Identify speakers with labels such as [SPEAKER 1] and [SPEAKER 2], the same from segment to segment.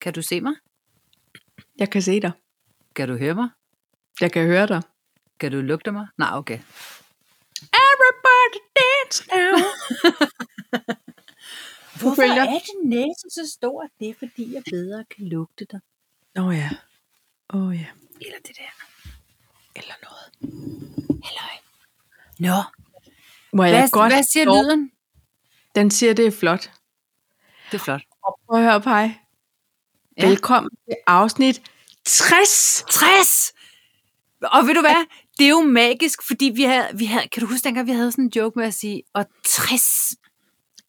[SPEAKER 1] Kan du se mig?
[SPEAKER 2] Jeg kan se dig.
[SPEAKER 1] Kan du høre mig?
[SPEAKER 2] Jeg kan høre dig.
[SPEAKER 1] Kan du lugte mig? Nej, okay.
[SPEAKER 2] Everybody dance now.
[SPEAKER 1] Hvorfor
[SPEAKER 2] følger.
[SPEAKER 1] er din næse så stor? Det er fordi, jeg bedre kan lugte dig.
[SPEAKER 2] Åh oh, ja. Åh oh, ja.
[SPEAKER 1] Eller det der.
[SPEAKER 2] Eller noget.
[SPEAKER 1] Halløj. Nå,
[SPEAKER 2] Må jeg
[SPEAKER 1] hvad,
[SPEAKER 2] godt
[SPEAKER 1] hvad siger
[SPEAKER 2] dog-
[SPEAKER 1] lyden?
[SPEAKER 2] Den siger, det er flot.
[SPEAKER 1] Det er flot.
[SPEAKER 2] Prøv at høre, Paj.
[SPEAKER 1] Ja.
[SPEAKER 2] Ja. Velkommen til afsnit 60.
[SPEAKER 1] 60! Og ved du hvad? Det er jo magisk, fordi vi havde, vi havde kan du huske dengang, vi havde sådan en joke med at sige, og 60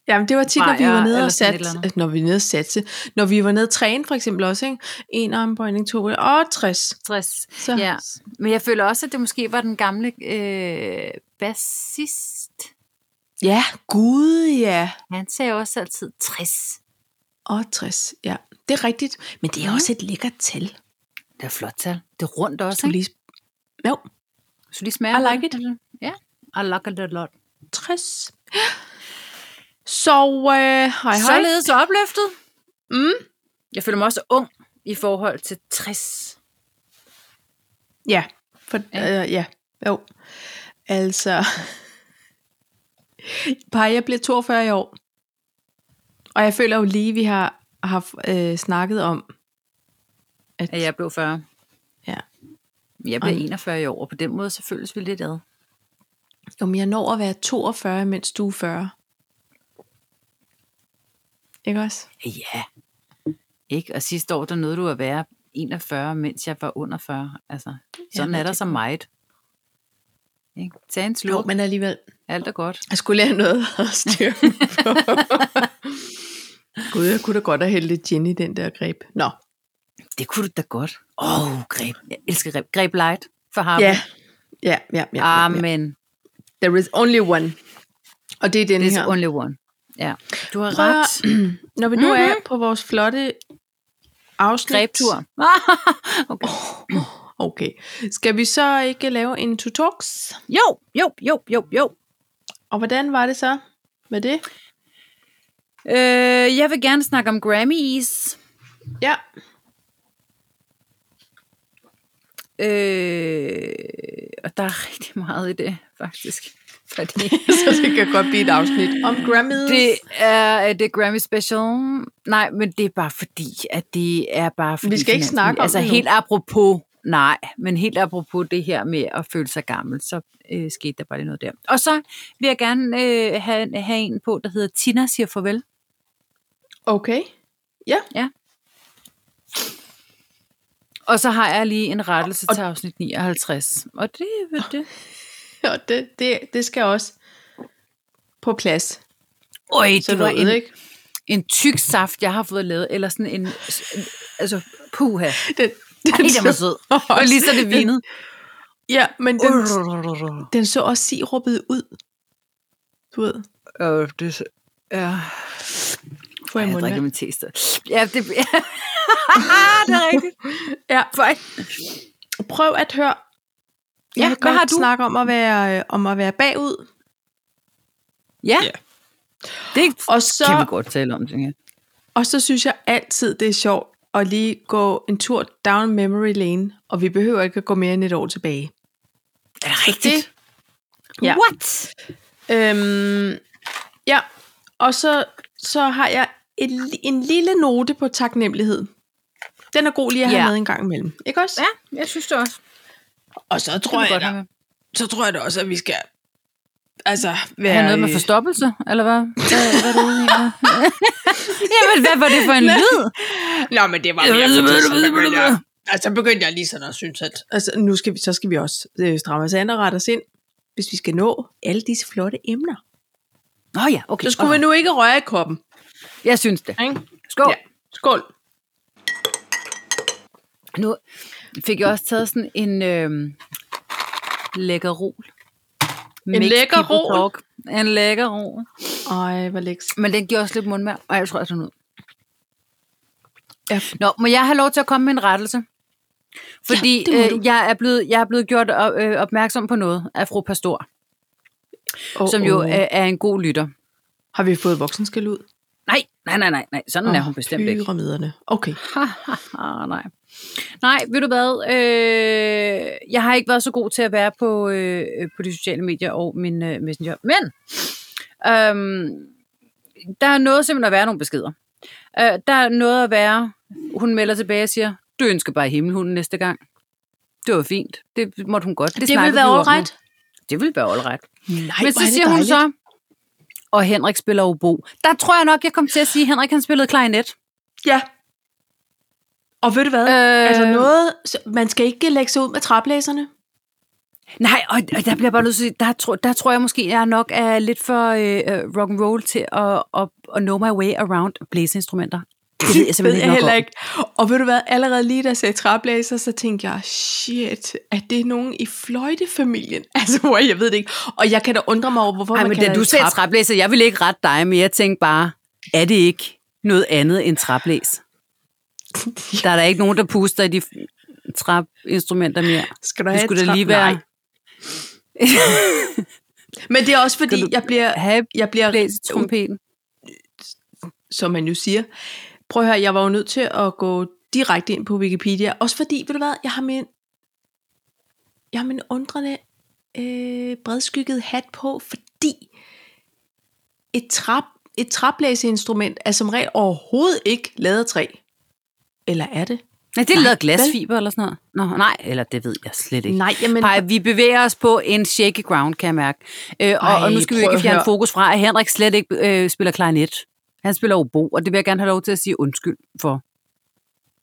[SPEAKER 2] Jamen, det var tit, når vi
[SPEAKER 1] Bajer
[SPEAKER 2] var nede
[SPEAKER 1] eller
[SPEAKER 2] og
[SPEAKER 1] sådan et
[SPEAKER 2] satte,
[SPEAKER 1] eller andet.
[SPEAKER 2] når vi var nede og satte, når vi var nede og træne for eksempel også, ikke? En armbøjning, to og 60.
[SPEAKER 1] 60.
[SPEAKER 2] Så,
[SPEAKER 1] Ja. Men jeg føler også, at det måske var den gamle øh, bassist.
[SPEAKER 2] ja, gud ja.
[SPEAKER 1] Han sagde også altid 60.
[SPEAKER 2] Og 60, ja. Det er rigtigt, men det er
[SPEAKER 1] Mhm.
[SPEAKER 2] også et lækkert tal.
[SPEAKER 1] Det er flot tal. Det er rundt
[SPEAKER 2] Hvis Du
[SPEAKER 1] også, ikke?
[SPEAKER 2] lige... Jo,
[SPEAKER 1] Så de smager.
[SPEAKER 2] I like
[SPEAKER 1] lidt. Ja, I like it a lot.
[SPEAKER 2] 60. Så, øh, hej hej.
[SPEAKER 1] Således opløftet.
[SPEAKER 2] Mm.
[SPEAKER 1] Jeg føler mig også ung i forhold til 60.
[SPEAKER 2] Ja, for,
[SPEAKER 1] Ja.
[SPEAKER 2] øh, ja, jo. Altså, Paj, jeg bliver 42 i år. Og jeg føler jo lige, vi har, har øh, snakket om, at,
[SPEAKER 1] At jeg blev 40.
[SPEAKER 2] Ja.
[SPEAKER 1] Jeg blev
[SPEAKER 2] Og-
[SPEAKER 1] 41 i år, og på den måde så føles vi lidt ad.
[SPEAKER 2] om jeg når at være 42, mens du er 40. Ikke også?
[SPEAKER 1] Ja. Ikke? Og sidste år, der nåede du at være 41, mens jeg var under 40. Altså, sådan
[SPEAKER 2] men
[SPEAKER 1] er der
[SPEAKER 2] det-
[SPEAKER 1] så meget. Ikke? Tag en slurk.
[SPEAKER 2] men alligevel.
[SPEAKER 1] Alt er godt.
[SPEAKER 2] Jeg skulle lære noget at styre på. Gud, jeg kunne da godt have hældt lidt gin i den der greb. Nå.
[SPEAKER 1] Det kunne du da godt. Åh, oh, greb. Jeg elsker greb. Greb light for ham.
[SPEAKER 2] Ja. Ja, ja, ja. ja, ja.
[SPEAKER 1] Amen.
[SPEAKER 2] There is only one. Og det er den
[SPEAKER 1] This
[SPEAKER 2] her.
[SPEAKER 1] only one. Ja. Du har
[SPEAKER 2] Prøv at-
[SPEAKER 1] ret.
[SPEAKER 2] Når vi nu mm-hmm. er på vores flotte afsnit.
[SPEAKER 1] Grebtur. okay.
[SPEAKER 2] Okay. Skal vi så ikke lave en to talks?
[SPEAKER 1] Jo, jo, jo, jo, jo.
[SPEAKER 2] Og hvordan var det så med det?
[SPEAKER 1] Øh, jeg vil gerne snakke om Grammys.
[SPEAKER 2] Ja.
[SPEAKER 1] Øh, og der er rigtig meget i det, faktisk. Fordi
[SPEAKER 2] så det kan godt blive et afsnit om Grammys.
[SPEAKER 1] det er øh, det er Grammy special. Nej, men det er bare fordi, at det er bare fordi...
[SPEAKER 2] Vi skal ikke
[SPEAKER 1] finansminister-
[SPEAKER 2] snakke om
[SPEAKER 1] Altså
[SPEAKER 2] det nu.
[SPEAKER 1] helt apropos, nej, men helt apropos det her med at føle sig gammel, så øh, skete der bare lige noget der. Og så vil jeg gerne øh, have, have en på, der hedder Tina siger farvel.
[SPEAKER 2] Okay. Ja.
[SPEAKER 1] Og så har jeg lige en rettelse
[SPEAKER 2] Og-
[SPEAKER 1] til afsnit 59. Og det er vel det.
[SPEAKER 2] Og det, det, det skal også på plads.
[SPEAKER 1] Øj,
[SPEAKER 2] Så du ved, ikke?
[SPEAKER 1] en tyk saft, jeg har fået lavet, eller sådan en, en- altså, puha.
[SPEAKER 2] Den,
[SPEAKER 1] Ej, den var sød. Og lige så det vinede.
[SPEAKER 2] Ja, men den, den så også siruppet ud. Du ved,
[SPEAKER 1] Øh, det, ja.
[SPEAKER 2] for
[SPEAKER 1] Ej,
[SPEAKER 2] en
[SPEAKER 1] jeg drikker
[SPEAKER 2] måned.
[SPEAKER 1] min te i stedet. Ja, det, det er rigtigt.
[SPEAKER 2] Ja,
[SPEAKER 1] Fej.
[SPEAKER 2] prøv at høre. Jeg
[SPEAKER 1] Ja,
[SPEAKER 2] vil
[SPEAKER 1] hvad
[SPEAKER 2] godt
[SPEAKER 1] har du?
[SPEAKER 2] snakke om at være, øh, om at være bagud.
[SPEAKER 1] Ja.
[SPEAKER 2] Ja.
[SPEAKER 1] Det
[SPEAKER 2] Og så,
[SPEAKER 1] kan vi godt tale om, tænker jeg.
[SPEAKER 2] og så synes jeg altid, det er sjovt at lige gå en tur down memory lane, og vi behøver ikke at gå mere end et år tilbage.
[SPEAKER 1] Er det
[SPEAKER 2] rigtigt? Ja.
[SPEAKER 1] What?
[SPEAKER 2] Øhm, ja, og så, så har jeg et, li- en lille note på taknemmelighed. Den er god lige at have
[SPEAKER 1] Ja.
[SPEAKER 2] med en gang imellem, ikke også?
[SPEAKER 1] Ja, jeg synes det også.
[SPEAKER 2] Og så
[SPEAKER 1] Tror jeg,
[SPEAKER 2] da- så tror jeg da også, at vi skal altså, være...
[SPEAKER 1] Har noget med
[SPEAKER 2] øh,
[SPEAKER 1] forstoppelse, eller hvad? Hvad, hvad er det ude i her? Jamen, hvad var det for en lyd?
[SPEAKER 2] Nå, men det var mere, fordi, så begyndte jeg, altså, begyndte jeg lige sådan at synes, at... Altså, nu skal vi, så skal vi også øh, stramme os an og rette os ind, hvis vi skal nå alle disse flotte emner.
[SPEAKER 1] Nå ja, okay.
[SPEAKER 2] Så skulle
[SPEAKER 1] okay.
[SPEAKER 2] vi nu ikke røre i koppen.
[SPEAKER 1] Jeg synes det.
[SPEAKER 2] Ikke?
[SPEAKER 1] Skål.
[SPEAKER 2] Ja. Skål.
[SPEAKER 1] Nu fik jeg også taget sådan en øh, lækker rol.
[SPEAKER 2] lækker rol?
[SPEAKER 1] En lækker rol.
[SPEAKER 2] Ej, hvor lækkert.
[SPEAKER 1] Men den giver også lidt mundmær, og jeg tror, jeg tager den ud.
[SPEAKER 2] Ja.
[SPEAKER 1] Nå, må jeg have lov til at komme med en rettelse? Fordi
[SPEAKER 2] det må
[SPEAKER 1] ja,
[SPEAKER 2] du.
[SPEAKER 1] øh, jeg, er blevet, jeg er blevet gjort op, øh, opmærksom på noget af fru Pastor,
[SPEAKER 2] Oh,
[SPEAKER 1] som jo
[SPEAKER 2] oh.
[SPEAKER 1] øh, er en god lytter.
[SPEAKER 2] Har vi fået voksenskæld ud?
[SPEAKER 1] Nej, Nej, nej, nej, nej. Sådan oh, er hun bestemt ikke.
[SPEAKER 2] Pyramiderne. Okay.
[SPEAKER 1] Ah, nej. Nej, ved du hvad? Øh, jeg har ikke været så god til at være på, øh, på de sociale medier og min øh, messenger. Men øhm, der er noget simpelthen at være nogle beskeder. Øh, der er noget at være. Hun melder tilbage og siger, du ønsker bare himmelhunden næste gang. Det var fint. Det måtte hun godt.
[SPEAKER 2] Det, det
[SPEAKER 1] snakkede
[SPEAKER 2] vil
[SPEAKER 1] vi
[SPEAKER 2] være
[SPEAKER 1] jo om nu.
[SPEAKER 2] overret.
[SPEAKER 1] Det ville være all right.
[SPEAKER 2] Nej,
[SPEAKER 1] Men så siger hun så, og Henrik spiller obo. Der tror jeg nok, jeg kom til at sige, at Henrik han spillede klarinet.
[SPEAKER 2] Ja. Og ved du hvad? Øh... Altså noget, så- man skal ikke lægge sig ud med traplæserne.
[SPEAKER 1] Nej, og, og der bliver jeg bare nødt til at sige, der, tror, der tror jeg måske, jeg nok er lidt for øh, øh, rock and roll til at, at, at know my way around blæseinstrumenter. Det ved jeg simpelthen ikke
[SPEAKER 2] jeg
[SPEAKER 1] nok
[SPEAKER 2] heller
[SPEAKER 1] om.
[SPEAKER 2] ikke. Og ved du hvad, allerede lige da jeg sagde træblæser, så tænkte jeg, shit, er det nogen i fløjtefamilien? Altså, hvor jeg ved det ikke. Og jeg kan da undre mig over, hvorfor
[SPEAKER 1] Ej,
[SPEAKER 2] man
[SPEAKER 1] men
[SPEAKER 2] kan
[SPEAKER 1] da du sagde traplæser, jeg ville ikke rette dig, men jeg tænkte bare, er det ikke noget andet end traplæs? Der er da ikke nogen, der puster i de f- trapinstrumenter mere.
[SPEAKER 2] Skal du
[SPEAKER 1] Det
[SPEAKER 2] have
[SPEAKER 1] skulle da
[SPEAKER 2] trap-
[SPEAKER 1] lige være...
[SPEAKER 2] Nej. Men det er også fordi,
[SPEAKER 1] du
[SPEAKER 2] jeg bliver,
[SPEAKER 1] have
[SPEAKER 2] jeg bliver
[SPEAKER 1] blæs i trompeten.
[SPEAKER 2] som man jo siger. Prøv at høre, jeg var jo nødt til at gå direkte ind på Wikipedia. Også fordi, ved du hvad, jeg har min, jeg har min undrende øh, bredskygget hat på, fordi et, trap, et traplæseinstrument er som regel overhovedet ikke lavet af træ. Eller er det?
[SPEAKER 1] Nej, det er
[SPEAKER 2] Nej,
[SPEAKER 1] lavet af glasfiber eller sådan noget. Nå, nej, eller det ved jeg slet ikke.
[SPEAKER 2] Nej, jamen-
[SPEAKER 1] Paj, vi bevæger os på en shaky ground, kan jeg mærke. Øh, og,
[SPEAKER 2] Ej,
[SPEAKER 1] og, nu skal vi
[SPEAKER 2] prøv
[SPEAKER 1] jo ikke
[SPEAKER 2] at
[SPEAKER 1] fjerne
[SPEAKER 2] høre.
[SPEAKER 1] fokus fra, at Henrik slet ikke øh, spiller klarinet. Han spiller obo, og det vil jeg gerne have lov til at sige undskyld for.
[SPEAKER 2] Det,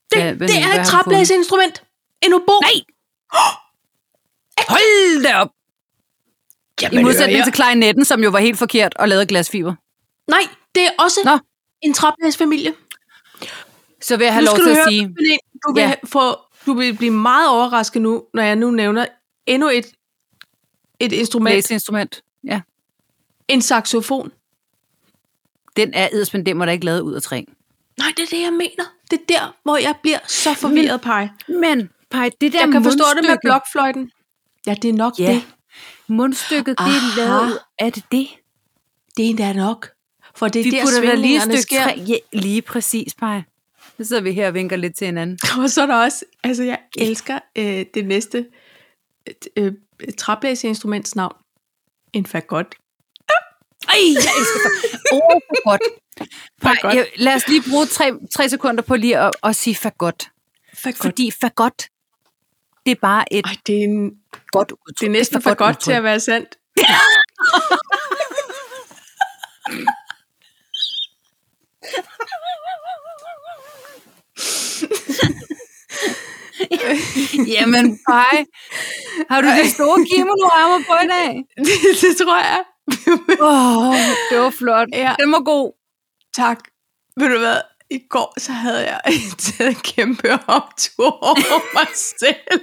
[SPEAKER 1] Hvad-
[SPEAKER 2] ja,
[SPEAKER 1] hvad-
[SPEAKER 2] det
[SPEAKER 1] hvad
[SPEAKER 2] er
[SPEAKER 1] har
[SPEAKER 2] et
[SPEAKER 1] du
[SPEAKER 2] traplæseinstrument. En obo.
[SPEAKER 1] Nej! Hold da op! I modsætning til klarinetten, som jo var helt forkert og lavet af glasfiber.
[SPEAKER 2] Nej, det er også
[SPEAKER 1] Nå.
[SPEAKER 2] Nå. en traplæsfamilie.
[SPEAKER 1] Så vil jeg have
[SPEAKER 2] nu
[SPEAKER 1] lov
[SPEAKER 2] skal
[SPEAKER 1] til
[SPEAKER 2] du
[SPEAKER 1] at
[SPEAKER 2] høre,
[SPEAKER 1] sige...
[SPEAKER 2] Pernille, du vil,
[SPEAKER 1] Ja.
[SPEAKER 2] ja. få, du vil blive meget overrasket nu, når jeg nu nævner endnu et, et instrument. Læs.
[SPEAKER 1] Blæseinstrument. Ja.
[SPEAKER 2] En saxofon.
[SPEAKER 1] Den er edderspændt, den må da ikke lavet ud af træ.
[SPEAKER 2] Nej, det er det, jeg mener. Det er der, hvor jeg bliver så forvirret, Paj.
[SPEAKER 1] Men, Paj, det der
[SPEAKER 2] Jeg kan forstå det med
[SPEAKER 1] mundstykke-
[SPEAKER 2] blokfløjten. Ja, det er nok
[SPEAKER 1] Ja.
[SPEAKER 2] det.
[SPEAKER 1] Mundstykket, det er
[SPEAKER 2] Aha.
[SPEAKER 1] lavet ud- Er det det?
[SPEAKER 2] Det er da nok. For det er
[SPEAKER 1] Vi
[SPEAKER 2] der,
[SPEAKER 1] putter da lige et
[SPEAKER 2] svingningerne
[SPEAKER 1] stykke
[SPEAKER 2] sker.
[SPEAKER 1] træ. Ja, lige præcis, Paj. Så sidder vi her og vinker lidt til hinanden.
[SPEAKER 2] Og så er der også, altså jeg elsker øh, det næste øh, øh, traplæseinstruments navn. En fagot.
[SPEAKER 1] Ej, jeg elsker det. Åh, for godt. Paj,
[SPEAKER 2] Fagot.
[SPEAKER 1] jeg- lad os lige bruge tre, tre sekunder på lige at, at sige for godt.
[SPEAKER 2] Fagot.
[SPEAKER 1] Fordi for godt, det er bare et
[SPEAKER 2] Ej, det er, en,
[SPEAKER 1] godt udtryk.
[SPEAKER 2] det er næsten
[SPEAKER 1] et
[SPEAKER 2] for godt til
[SPEAKER 1] udtryk.
[SPEAKER 2] at være sandt.
[SPEAKER 1] Jamen, Paj, har du de store kimono-armer på i dag?
[SPEAKER 2] det, det tror jeg.
[SPEAKER 1] Åh, oh, det var flot.
[SPEAKER 2] Ja.
[SPEAKER 1] Den var god.
[SPEAKER 2] tak. Ved du hvad? I går så havde jeg taget en kæmpe optur over mig selv.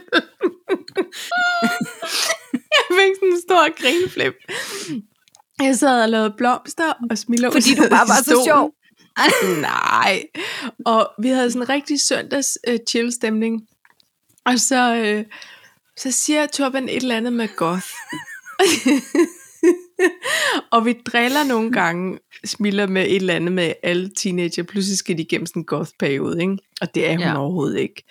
[SPEAKER 2] jeg fik sådan en stor grinflip. Jeg sad og lavede blomster og smilede
[SPEAKER 1] Fordi du bare var så sjov.
[SPEAKER 2] Nej. Og vi havde sådan en rigtig søndags øh, chill stemning. Og så, øh, så siger Torben et eller andet med goth. og vi driller nogle gange, smiler med et eller andet med alle teenager. Pludselig skal de igennem sådan en goth-periode, ikke? Og det er hun
[SPEAKER 1] Ja.
[SPEAKER 2] ja. overhovedet ikke.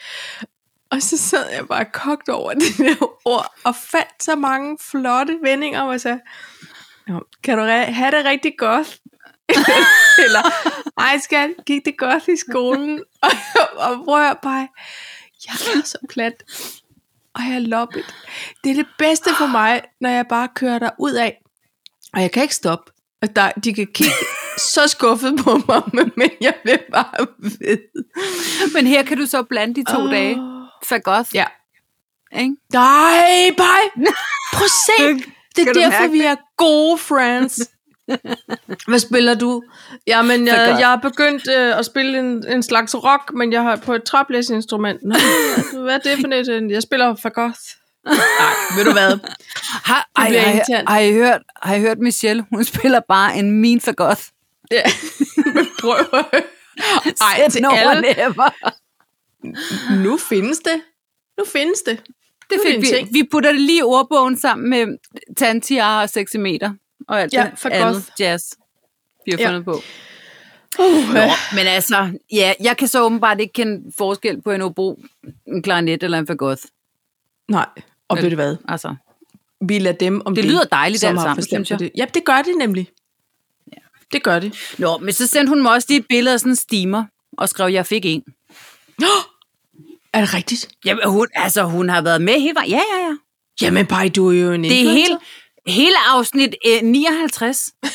[SPEAKER 2] Og så sad jeg bare kogt over det der ord, og fandt så mange flotte vendinger, og jeg sagde, "Nå, kan du re- have det rigtig godt? Eller, ej skat, gik det godt i skolen? og, og prøv at høre, bare, jeg er så plat, og jeg er loppet. Det er det bedste for mig, når jeg bare kører der ud af, og jeg kan ikke stoppe. Og der, de kan kigge så skuffet på mig, men- men jeg bliver bare ved.
[SPEAKER 1] Men her kan du så blande de to
[SPEAKER 2] Åh.
[SPEAKER 1] dage. For godt,
[SPEAKER 2] Ja.
[SPEAKER 1] ikke?
[SPEAKER 2] Nej, bye. Prøv at se. Det er
[SPEAKER 1] Kan du
[SPEAKER 2] derfor,
[SPEAKER 1] mærke
[SPEAKER 2] vi er gode friends. Hvad spiller du? Jamen, jeg,
[SPEAKER 1] godt.
[SPEAKER 2] jeg har begyndt øh, at spille en, en slags rock, men jeg har på et traplæsinstrument. Nå, hvad er det for et? øh, Jeg spiller for godt. Nej, ved du hvad?
[SPEAKER 1] Har, ej,
[SPEAKER 2] bliver
[SPEAKER 1] har,
[SPEAKER 2] internt.
[SPEAKER 1] har, I hørt, har I hørt Michelle? Hun spiller bare en mean for godt.
[SPEAKER 2] Ja. Prøv at høre. Ej, til alle.
[SPEAKER 1] Ever.
[SPEAKER 2] Nu findes det. Nu findes det.
[SPEAKER 1] Det
[SPEAKER 2] Nu er
[SPEAKER 1] fik
[SPEAKER 2] en
[SPEAKER 1] vi.
[SPEAKER 2] ting.
[SPEAKER 1] Vi putter det lige i ordbogen sammen med Tantiara og 6 meter. Og alt
[SPEAKER 2] Ja,
[SPEAKER 1] det
[SPEAKER 2] for
[SPEAKER 1] andet
[SPEAKER 2] goth.
[SPEAKER 1] jazz, vi har
[SPEAKER 2] Ja.
[SPEAKER 1] fundet på.
[SPEAKER 2] Uh,
[SPEAKER 1] Nå, men altså, ja, jeg kan så åbenbart ikke kende forskel på en obo, en klarinet eller en fagot.
[SPEAKER 2] Nej, og ved du hvad?
[SPEAKER 1] Altså,
[SPEAKER 2] Vi lader dem om
[SPEAKER 1] det lyder dejligt alt
[SPEAKER 2] har
[SPEAKER 1] sammen,
[SPEAKER 2] forstand
[SPEAKER 1] synes
[SPEAKER 2] på
[SPEAKER 1] jeg.
[SPEAKER 2] Det. Ja, det gør det nemlig. Det gør det.
[SPEAKER 1] Nå, men så sendte hun mig også lige et billede af sådan en steamer, og skrev, jeg fik en.
[SPEAKER 2] Er det rigtigt?
[SPEAKER 1] Jamen, hun, altså, hun har været med hele vejen. Ja, ja, ja.
[SPEAKER 2] Jamen, Paj, du er jo en
[SPEAKER 1] Det er
[SPEAKER 2] influencer.
[SPEAKER 1] hele, hele afsnit øh, 59 øh,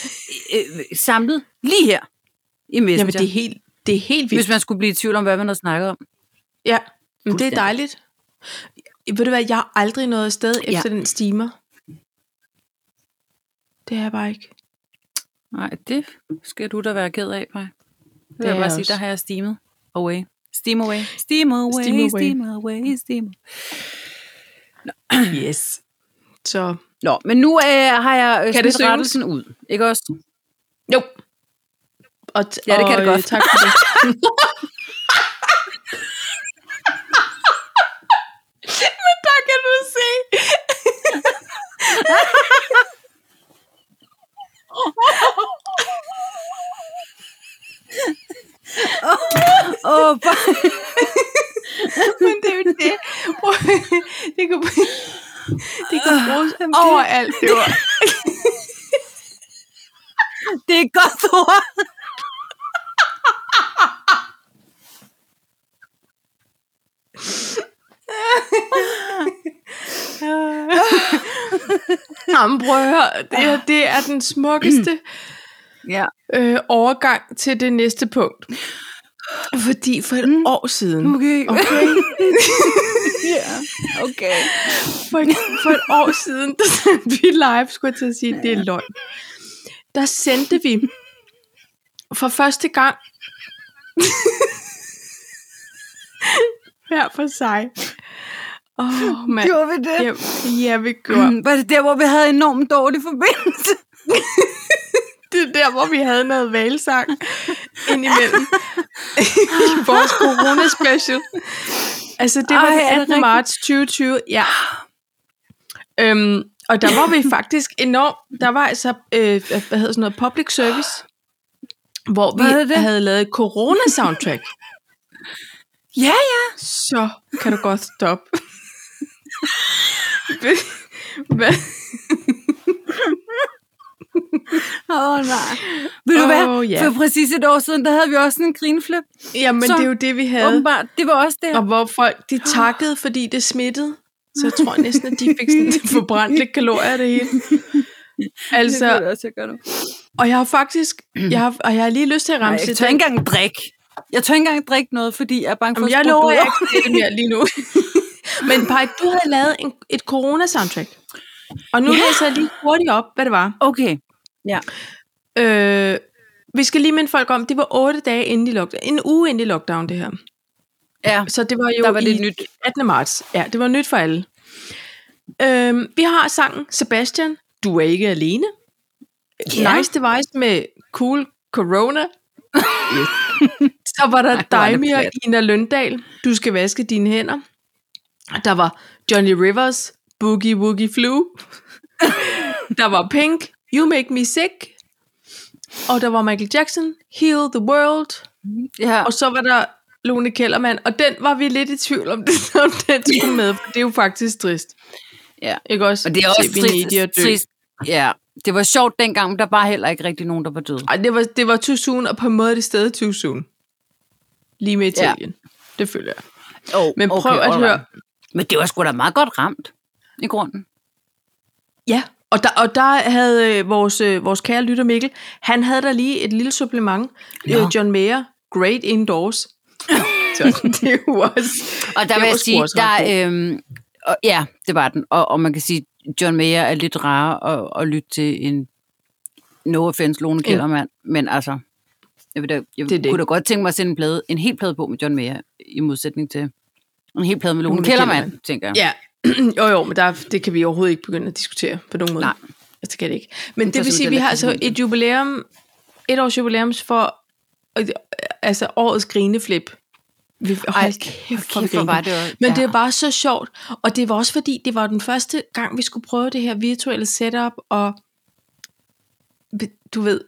[SPEAKER 1] samlet lige her i Messenger.
[SPEAKER 2] Jamen, det er helt, det er helt vildt.
[SPEAKER 1] Hvis man skulle blive i tvivl om, hvad man har snakket om.
[SPEAKER 2] Ja, men det er
[SPEAKER 1] Fuldstændig.
[SPEAKER 2] dejligt. Ved du hvad, jeg har aldrig nået afsted
[SPEAKER 1] Ja.
[SPEAKER 2] efter den steamer. Det er jeg bare ikke.
[SPEAKER 1] Nej, det skal du da være ked af, Paj. Det vil
[SPEAKER 2] er
[SPEAKER 1] jeg bare
[SPEAKER 2] jeg
[SPEAKER 1] sige,
[SPEAKER 2] også.
[SPEAKER 1] der har jeg steamet away. Steam away. Steam away, steam away,
[SPEAKER 2] away.
[SPEAKER 1] steam away, steam
[SPEAKER 2] Yes. Så,
[SPEAKER 1] Nå, men nu øh, har jeg øh,
[SPEAKER 2] Kan det
[SPEAKER 1] smidt
[SPEAKER 2] synges?
[SPEAKER 1] rettelsen ud, ikke også?
[SPEAKER 2] jo. Og, t-
[SPEAKER 1] Ja, det kan
[SPEAKER 2] og,
[SPEAKER 1] det
[SPEAKER 2] øh,
[SPEAKER 1] godt.
[SPEAKER 2] Tak for det. men der kan du se.
[SPEAKER 1] Åh, oh,
[SPEAKER 2] Men det er jo det. det kan, det kan bruges overalt, det var.
[SPEAKER 1] det er et godt ord.
[SPEAKER 2] Jamen, prøv at høre. Det, her, det er den smukkeste
[SPEAKER 1] Ja.
[SPEAKER 2] øh, overgang til det næste punkt. Fordi for et mm. år siden,
[SPEAKER 1] Okay.
[SPEAKER 2] okay,
[SPEAKER 1] ja. Okay.
[SPEAKER 2] for, et, for et år siden, der sendte vi live, skulle jeg til at sige, det er løgn. Der sendte vi for første gang hver for sig. Åh, oh, mand.
[SPEAKER 1] Gjorde vi det?
[SPEAKER 2] Ja, ja, vi gjorde.
[SPEAKER 1] Mm, var det der, hvor vi havde enormt dårlig forbindelse?
[SPEAKER 2] Det er der, hvor vi havde noget valsang indimellem i vores corona-special. Altså, det var
[SPEAKER 1] Ej, er det
[SPEAKER 2] Ej, 18.
[SPEAKER 1] rigtigt?
[SPEAKER 2] marts 2020. Ja. Øhm, og der var vi faktisk enormt... Der var altså, øh, hvad hedder sådan noget, public service, hvor
[SPEAKER 1] Hvad er
[SPEAKER 2] vi
[SPEAKER 1] det?
[SPEAKER 2] havde lavet corona-soundtrack.
[SPEAKER 1] Ja, ja.
[SPEAKER 2] Så kan du godt stoppe. Hvad?
[SPEAKER 1] Åh, oh, nej. Ved du hvad?
[SPEAKER 2] Åh, ja.
[SPEAKER 1] For præcis et år siden, der havde vi også sådan en grinflip.
[SPEAKER 2] Jamen,
[SPEAKER 1] Som
[SPEAKER 2] det er jo det, vi havde.
[SPEAKER 1] Åbenbart. Ah. Det var også der.
[SPEAKER 2] Og hvor folk, de takkede, fordi det smittede. Så jeg tror næsten, at de fik sådan forbrændt lidt kalorier af det hele. Altså,
[SPEAKER 1] også, jeg gør nu.
[SPEAKER 2] og jeg har faktisk, jeg har, og jeg har lige lyst til at
[SPEAKER 1] Nej,
[SPEAKER 2] ramse
[SPEAKER 1] jeg tør ikke engang drikke. Jeg tør ikke engang drikke noget, fordi jeg er bange for at
[SPEAKER 2] Jamen, jeg
[SPEAKER 1] sprudle
[SPEAKER 2] lover,
[SPEAKER 1] ud.
[SPEAKER 2] jeg ikke siger det mere lige nu. Men Paj, du havde lavet en, et corona-soundtrack. Og nu
[SPEAKER 1] Ja.
[SPEAKER 2] læser jeg lige hurtigt op, hvad det var.
[SPEAKER 1] Okay. Ja.
[SPEAKER 2] Øh, vi skal lige minde folk om, det var otte dage inden i lockdown. En uge inden i lockdown, det her.
[SPEAKER 1] Ja.
[SPEAKER 2] Så det var jo
[SPEAKER 1] Der var
[SPEAKER 2] i
[SPEAKER 1] lidt nyt.
[SPEAKER 2] 18. marts. Ja, det var nyt for alle. Øhm, vi har sangen Sebastian, du er ikke alene.
[SPEAKER 1] Ja.
[SPEAKER 2] Yeah. Nice device med cool corona. Så var der
[SPEAKER 1] hvor er det
[SPEAKER 2] Daimir og
[SPEAKER 1] plat.
[SPEAKER 2] Ina Løndal, du skal vaske dine hænder. Der var Johnny Rivers, Boogie Woogie Flu. der var Pink, You Make Me Sick. Og der var Michael Jackson, Heal the World.
[SPEAKER 1] ja.
[SPEAKER 2] Og så var der Lone Kellermann, og den var vi lidt i tvivl om, det, om den skulle med, for det er jo faktisk trist.
[SPEAKER 1] Ja.
[SPEAKER 2] Ikke også?
[SPEAKER 1] Og det er også
[SPEAKER 2] Se Venedig og
[SPEAKER 1] trist,
[SPEAKER 2] dø.
[SPEAKER 1] trist. Ja. Det var sjovt dengang, men der var heller ikke rigtig nogen, der var døde.
[SPEAKER 2] Ej, det var, det var too soon, og på en måde er det stadig too soon. Lige med Italien. Ja. Det føler jeg.
[SPEAKER 1] Oh,
[SPEAKER 2] Men prøv at høre.
[SPEAKER 1] Men det var sgu da meget godt ramt i grunden.
[SPEAKER 2] Ja, og der, og der havde øh, vores, øh, vores kære lytter Mikkel, han havde der lige et lille supplement.
[SPEAKER 1] Nå.
[SPEAKER 2] Ja. Øh, John Mayer, Great Indoors. Så det er jo også...
[SPEAKER 1] Og der
[SPEAKER 2] Det
[SPEAKER 1] vil
[SPEAKER 2] var
[SPEAKER 1] jeg
[SPEAKER 2] sgu
[SPEAKER 1] sige,
[SPEAKER 2] også ret
[SPEAKER 1] der, øhm, og, ja, det var den. Og, og man kan sige, John Mayer er lidt rar at, at lytte til en no offense Lone Kellermann, men altså, jeg, vil da, jeg
[SPEAKER 2] Mm. Det er det.
[SPEAKER 1] kunne da godt tænke mig at sende en, plade, en hel plade på med John Mayer, i modsætning til en hel plade med Lone,
[SPEAKER 2] Lone
[SPEAKER 1] Kellermann,
[SPEAKER 2] Kellermann.
[SPEAKER 1] tænker jeg.
[SPEAKER 2] Ja, jo jo, men der, det kan vi overhovedet ikke begynde at diskutere på nogen måde.
[SPEAKER 1] Nej.
[SPEAKER 2] Altså, det kan det ikke. Men
[SPEAKER 1] så
[SPEAKER 2] det vil
[SPEAKER 1] synes
[SPEAKER 2] sige,
[SPEAKER 1] jeg
[SPEAKER 2] at vi
[SPEAKER 1] heller ikke,
[SPEAKER 2] har altså
[SPEAKER 1] det er
[SPEAKER 2] et jubilæum, et års jubilæum for øh, altså årets grineflip. Vi, hold
[SPEAKER 1] Ej,
[SPEAKER 2] kæft,
[SPEAKER 1] kæft, hvor
[SPEAKER 2] grinte.
[SPEAKER 1] var det også-
[SPEAKER 2] Men
[SPEAKER 1] ja.
[SPEAKER 2] det var så sjovt, og det var også fordi, det var den første gang, vi skulle prøve det her virtuelle setup, og du ved,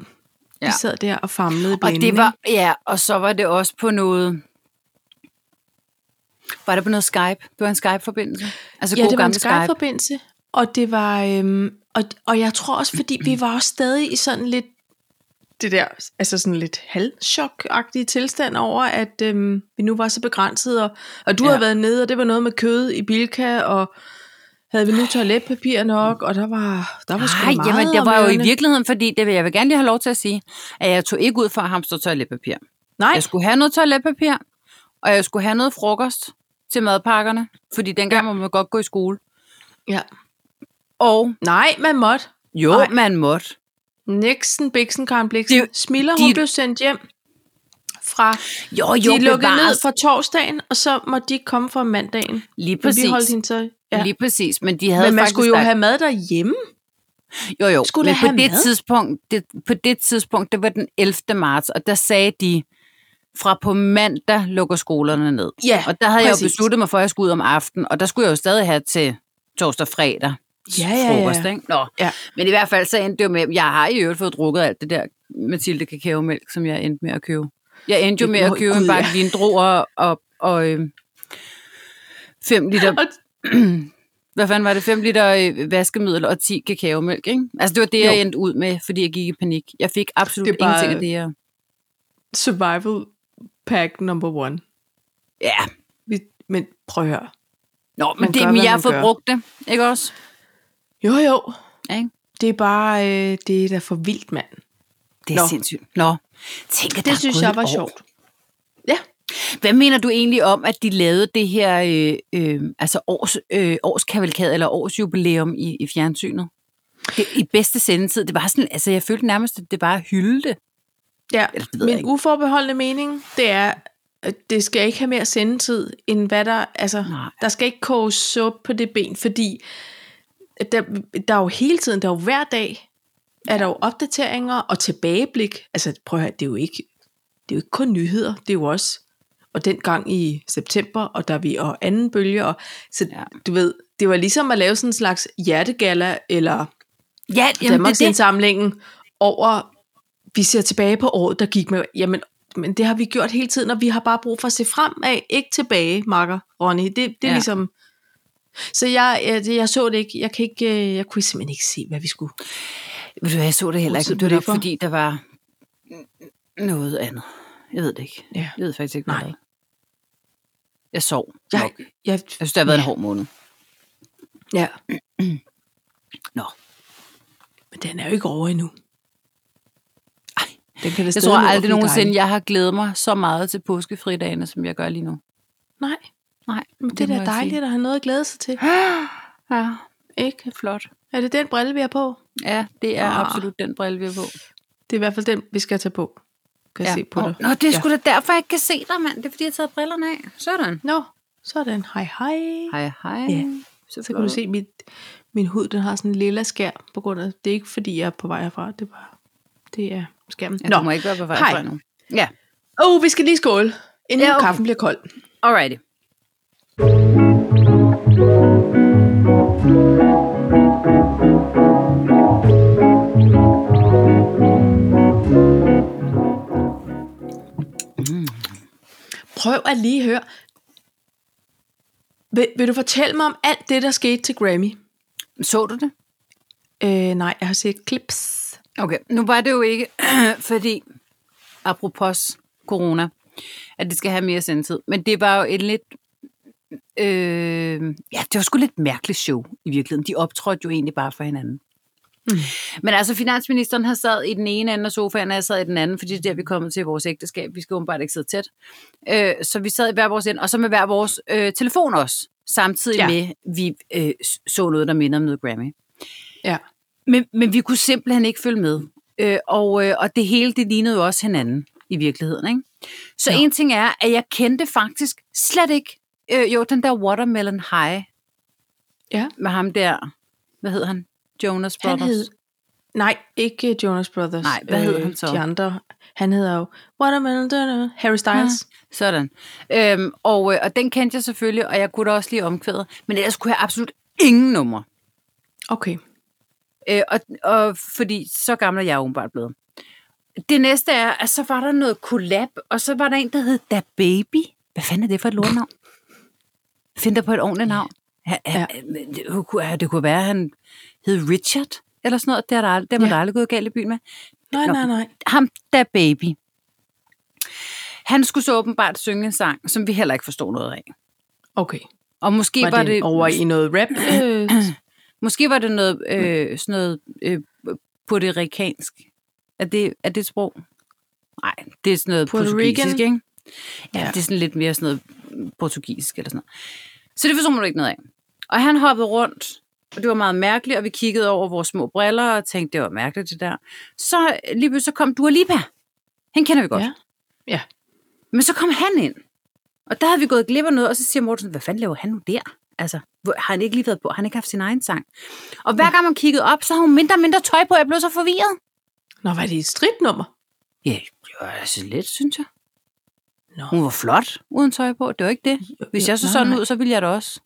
[SPEAKER 2] Ja.
[SPEAKER 1] Ja.
[SPEAKER 2] De sad der og famlede i
[SPEAKER 1] Og
[SPEAKER 2] blinde.
[SPEAKER 1] det var, ja, og så var det også på noget... Var det på noget Skype? Det var en Skype-forbindelse? Altså
[SPEAKER 2] ja,
[SPEAKER 1] god
[SPEAKER 2] det var en
[SPEAKER 1] gammel Skype.
[SPEAKER 2] Skype-forbindelse, og det var, øhm, og, og jeg tror også, fordi vi var også stadig i sådan lidt, det der, altså sådan lidt halvchok-agtige tilstand over, at øhm, vi nu var så begrænset, og, og du
[SPEAKER 1] Ja.
[SPEAKER 2] ja. havde været nede, og det var noget med kød i Bilka, og havde vi nu toiletpapir nok, og der var, der var sgu
[SPEAKER 1] Nej,
[SPEAKER 2] meget
[SPEAKER 1] jamen det
[SPEAKER 2] om
[SPEAKER 1] var jo i
[SPEAKER 2] ørerne.
[SPEAKER 1] virkeligheden, fordi det vil jeg vil gerne lige have lov til at sige, at jeg tog ikke ud for at hamstre toiletpapir.
[SPEAKER 2] Nej,
[SPEAKER 1] Jeg skulle have noget toiletpapir, og jeg skulle have noget frokost til madpakkerne, fordi dengang må man godt gå i skole.
[SPEAKER 2] ja.
[SPEAKER 1] Og
[SPEAKER 2] Nej, man måtte.
[SPEAKER 1] jo,
[SPEAKER 2] Ej.
[SPEAKER 1] man måtte.
[SPEAKER 2] Nixen, Bixen, Karen Bliksen.
[SPEAKER 1] Det-
[SPEAKER 2] Smiller, hun
[SPEAKER 1] de-
[SPEAKER 2] blev sendt hjem fra...
[SPEAKER 1] Jo, jo,
[SPEAKER 2] de lukkede ned
[SPEAKER 1] bevares.
[SPEAKER 2] fra torsdagen, og så måtte de ikke komme fra mandagen.
[SPEAKER 1] Lige
[SPEAKER 2] Præcis. Vi
[SPEAKER 1] præcis.
[SPEAKER 2] holdt hende så...
[SPEAKER 1] Ja.
[SPEAKER 2] Ja.
[SPEAKER 1] Lige præcis, men de havde
[SPEAKER 2] Men man
[SPEAKER 1] faktisk
[SPEAKER 2] skulle jo
[SPEAKER 1] der-
[SPEAKER 2] have mad derhjemme.
[SPEAKER 1] Jo, jo,
[SPEAKER 2] Skulle
[SPEAKER 1] men
[SPEAKER 2] der
[SPEAKER 1] på
[SPEAKER 2] have
[SPEAKER 1] det,
[SPEAKER 2] mad?
[SPEAKER 1] tidspunkt, det, på det tidspunkt, det var den 11. marts, og der sagde de, fra på mandag lukker skolerne ned.
[SPEAKER 2] Ja,
[SPEAKER 1] Og der havde præcis. jeg jo
[SPEAKER 2] præcis.
[SPEAKER 1] besluttet mig for, at jeg skulle ud om aftenen, og der skulle jeg jo stadig have til torsdag og fredag.
[SPEAKER 2] Ja, ja, ja.
[SPEAKER 1] Frokost, ikke? Nå.
[SPEAKER 2] Ja.
[SPEAKER 1] Men i hvert fald så endte det jo med, jeg har i øvrigt fået drukket alt det der Mathilde kakaomælk, som jeg endte med at købe. Jeg endte jo med at
[SPEAKER 2] Nå,
[SPEAKER 1] købe
[SPEAKER 2] Gud,
[SPEAKER 1] en
[SPEAKER 2] ja.
[SPEAKER 1] bakke vindruer og, og øh, 5 liter
[SPEAKER 2] Og,
[SPEAKER 1] hvad fanden var det, 5 liter øh, vaskemiddel og 10 kakaomælk, ikke? Altså det var det, jo. jeg
[SPEAKER 2] Jo.
[SPEAKER 1] endte ud med, fordi jeg gik i panik. Jeg fik absolut
[SPEAKER 2] Det er bare-
[SPEAKER 1] ingenting af det her.
[SPEAKER 2] survival pack number one.
[SPEAKER 1] Ja,
[SPEAKER 2] Vi, men prøv at høre.
[SPEAKER 1] Nå, men
[SPEAKER 2] Man
[SPEAKER 1] det,
[SPEAKER 2] gør,
[SPEAKER 1] men
[SPEAKER 2] hvad
[SPEAKER 1] jeg har
[SPEAKER 2] man
[SPEAKER 1] fået
[SPEAKER 2] gør.
[SPEAKER 1] brugt det, ikke også?
[SPEAKER 2] Jo, jo.
[SPEAKER 1] Ja, Ikke?
[SPEAKER 2] Det er bare... Øh, det er da for vildt, mand.
[SPEAKER 1] Det er Nå.
[SPEAKER 2] Nå.
[SPEAKER 1] sindssygt. Nå, tænk, at der er
[SPEAKER 2] Det synes
[SPEAKER 1] gået
[SPEAKER 2] jeg
[SPEAKER 1] et
[SPEAKER 2] var
[SPEAKER 1] år.
[SPEAKER 2] sjovt. Ja.
[SPEAKER 1] Hvad mener du egentlig om, at de lavede det her øh, øh, altså års, øh, årskavalkade eller årsjubilæum i, i fjernsynet? Det, I bedste sendetid, det var sådan, altså jeg følte nærmest, at det bare hyldte.
[SPEAKER 2] Ja,
[SPEAKER 1] Eller det ved jeg
[SPEAKER 2] min
[SPEAKER 1] ikke.
[SPEAKER 2] uforbeholdende mening, det er, at det skal ikke have mere sendetid, end hvad der, altså,
[SPEAKER 1] Nej.
[SPEAKER 2] der skal ikke koge suppe på det ben, fordi der, der er jo hele tiden, der er jo hver dag, er der jo opdateringer og tilbageblik. Altså, prøv at høre, det er jo ikke, det er jo ikke kun nyheder, det er jo også, og den gang i september, og der er vi, og anden bølge, og, så
[SPEAKER 1] Ja.
[SPEAKER 2] ja. du ved, det var ligesom at lave sådan en slags hjertegala, eller
[SPEAKER 1] Ja, jamen, det, er det,
[SPEAKER 2] Danmarksindsamlingen over, vi ser tilbage på året, der gik med, jamen, men det har vi gjort hele tiden, og vi har bare brug for at se fremad, ikke tilbage, Marker, Ronny. Det, det er
[SPEAKER 1] Ja.
[SPEAKER 2] ja. ligesom... Så jeg, jeg, jeg, så det ikke. Jeg, kan ikke, øh, jeg kunne simpelthen ikke se, hvad vi skulle.
[SPEAKER 1] Ved du hvad, jeg så det heller ikke, men det var nok,
[SPEAKER 2] Udsigt
[SPEAKER 1] fordi der var noget andet. Jeg ved det ikke.
[SPEAKER 2] Ja.
[SPEAKER 1] Jeg ved faktisk ikke, hvad
[SPEAKER 2] Nej.
[SPEAKER 1] det var. Jeg sov. Jeg,
[SPEAKER 2] Jeg,
[SPEAKER 1] jeg
[SPEAKER 2] jeg,
[SPEAKER 1] synes, det har været en hård måned.
[SPEAKER 2] ja.
[SPEAKER 1] Nå.
[SPEAKER 2] Men den er jo ikke over endnu.
[SPEAKER 1] Ej.
[SPEAKER 2] Den kan da
[SPEAKER 1] Jeg
[SPEAKER 2] stadig
[SPEAKER 1] tror
[SPEAKER 2] nå at
[SPEAKER 1] aldrig
[SPEAKER 2] blive
[SPEAKER 1] nogensinde,
[SPEAKER 2] dejlig.
[SPEAKER 1] jeg har glædet mig så meget til påskefridagene, som jeg gør lige nu.
[SPEAKER 2] Nej,
[SPEAKER 1] Nej,
[SPEAKER 2] men det, det
[SPEAKER 1] må
[SPEAKER 2] er da
[SPEAKER 1] jeg sige.
[SPEAKER 2] dejligt at have noget at glæde sig til.
[SPEAKER 1] Ja,
[SPEAKER 2] Ikke?
[SPEAKER 1] flot.
[SPEAKER 2] Er det den brille, vi har på?
[SPEAKER 1] Ja, det er
[SPEAKER 2] Ah.
[SPEAKER 1] absolut den brille, vi har på.
[SPEAKER 2] Det er i hvert fald den, vi skal tage på. Kan jeg
[SPEAKER 1] Ja.
[SPEAKER 2] se på
[SPEAKER 1] Nå,
[SPEAKER 2] dig.
[SPEAKER 1] Nå, det er
[SPEAKER 2] Ja.
[SPEAKER 1] sgu da derfor, jeg ikke kan se dig, mand. Det er, fordi jeg har taget brillerne af. Sådan.
[SPEAKER 2] Nå, sådan. Hej, hej. hej.
[SPEAKER 1] Hej, hej.
[SPEAKER 2] Ja.
[SPEAKER 1] Så,
[SPEAKER 2] Så kan du se, mit, min hud den har sådan en lilla skær. På grund af, det er ikke fordi, jeg er på vej herfra. Det er bare, det er skærmen.
[SPEAKER 1] Ja,
[SPEAKER 2] Nå,
[SPEAKER 1] du må ikke være på vej
[SPEAKER 2] Hej.
[SPEAKER 1] fra nu. Ja,
[SPEAKER 2] åh, oh, vi skal lige skåle, inden
[SPEAKER 1] Ja,
[SPEAKER 2] ja,
[SPEAKER 1] okay.
[SPEAKER 2] okay. kaffen bliver kold.
[SPEAKER 1] alrighty.
[SPEAKER 2] Prøv at lige høre. Vil, vil du fortælle mig om alt det, der skete til Grammy?
[SPEAKER 1] Så du det?
[SPEAKER 2] Øh, nej, jeg har set clips.
[SPEAKER 1] Okay, nu var det jo ikke, fordi apropos corona, at det skal have mere sendtid. Men det var jo et lidt... Øh, ja, det var sgu lidt mærkeligt show i virkeligheden. De optrådte jo egentlig bare for hinanden. Mm.
[SPEAKER 2] Mm.
[SPEAKER 1] Men altså, finansministeren har sad i den ene ende af sofaen, og jeg sad i den anden, fordi det er der, vi er kommet til i vores ægteskab. Vi skal åbenbart ikke sidde tæt. Øh, så vi sad i hver vores ende, og så med hver vores øh, telefon også, samtidig ja.
[SPEAKER 2] Ja.
[SPEAKER 1] med, vi øh, så noget, der minder om noget Grammy.
[SPEAKER 2] Ja.
[SPEAKER 1] Men, men vi kunne simpelthen ikke følge med. Øh, og, øh, og det hele, det lignede jo også hinanden i virkeligheden. Ikke? Så
[SPEAKER 2] Ja.
[SPEAKER 1] en ting er, at jeg kendte faktisk slet ikke, øh, jo, den der Watermelon High
[SPEAKER 2] Ja.
[SPEAKER 1] med ham der, hvad hed han? Jonas
[SPEAKER 2] Han
[SPEAKER 1] Brothers.
[SPEAKER 2] hed, nej, ikke øh, Jonas Brothers. Øh,
[SPEAKER 1] Nej, hvad hed han så?
[SPEAKER 2] De andre. Han hedder jo Watermelon, da, da, Harry Styles.
[SPEAKER 1] Sådan. Øhm, og, øh, og den kendte jeg selvfølgelig, og jeg kunne da også lige omkvæde. Men ellers kunne jeg absolut ingen numre.
[SPEAKER 2] Okay.
[SPEAKER 1] Øh, og, og fordi så gammel er jeg åbenbart blevet. Det næste er, at så var der noget collab, og så var der en, der hed Da Baby. Hvad fanden er det for et lortnavn? Find dig på et ordentligt navn. Ja, ja, det kunne- ja. Det kunne være, at han hed Richard, eller sådan noget. Det har der aldrig, det har man
[SPEAKER 2] Ja.
[SPEAKER 1] ja. aldrig gået galt i byen med.
[SPEAKER 2] Nej,
[SPEAKER 1] Nå.
[SPEAKER 2] nej, nej.
[SPEAKER 1] Ham, Da Baby. Han skulle så åbenbart synge en sang, som vi heller ikke forstod noget af.
[SPEAKER 2] Okay.
[SPEAKER 1] Og måske
[SPEAKER 2] Var,
[SPEAKER 1] var,
[SPEAKER 2] var det, det over i noget rap? Øh,
[SPEAKER 1] Måske var det noget, øh, sådan noget øh, puertorikansk. Er det, er det et sprog? Nej, det er sådan noget
[SPEAKER 2] Puerto
[SPEAKER 1] portugisisk,
[SPEAKER 2] Rican?
[SPEAKER 1] ikke? Ja,
[SPEAKER 2] Ja.
[SPEAKER 1] ja, det er sådan lidt mere sådan noget mm, portugisisk eller sådan noget. Så det forstod man jo ikke noget af. Og han hoppede rundt, og det var meget mærkeligt, og vi kiggede over vores små briller og tænkte, det var mærkeligt det der. Så øh, lige pludselig så kom Dua Lipa. Han kender vi godt.
[SPEAKER 2] Ja. Ja.
[SPEAKER 1] Men så kom han ind. Og der havde vi gået glip af noget, og så siger Morten, hvad fanden laver han nu der? Altså, hvor- har han ikke lige været på? Har han ikke haft sin egen sang? Og hver gang man kiggede op, så havde hun mindre og mindre tøj på, og jeg blev så forvirret.
[SPEAKER 2] Nå, var det et stridnummer?
[SPEAKER 1] Ja, det var altså lidt, synes jeg.
[SPEAKER 2] Nå.
[SPEAKER 1] Hun var flot uden tøj på, det var ikke det. Hvis jeg så
[SPEAKER 2] nej,
[SPEAKER 1] sådan
[SPEAKER 2] nej.
[SPEAKER 1] ud, så ville jeg det også.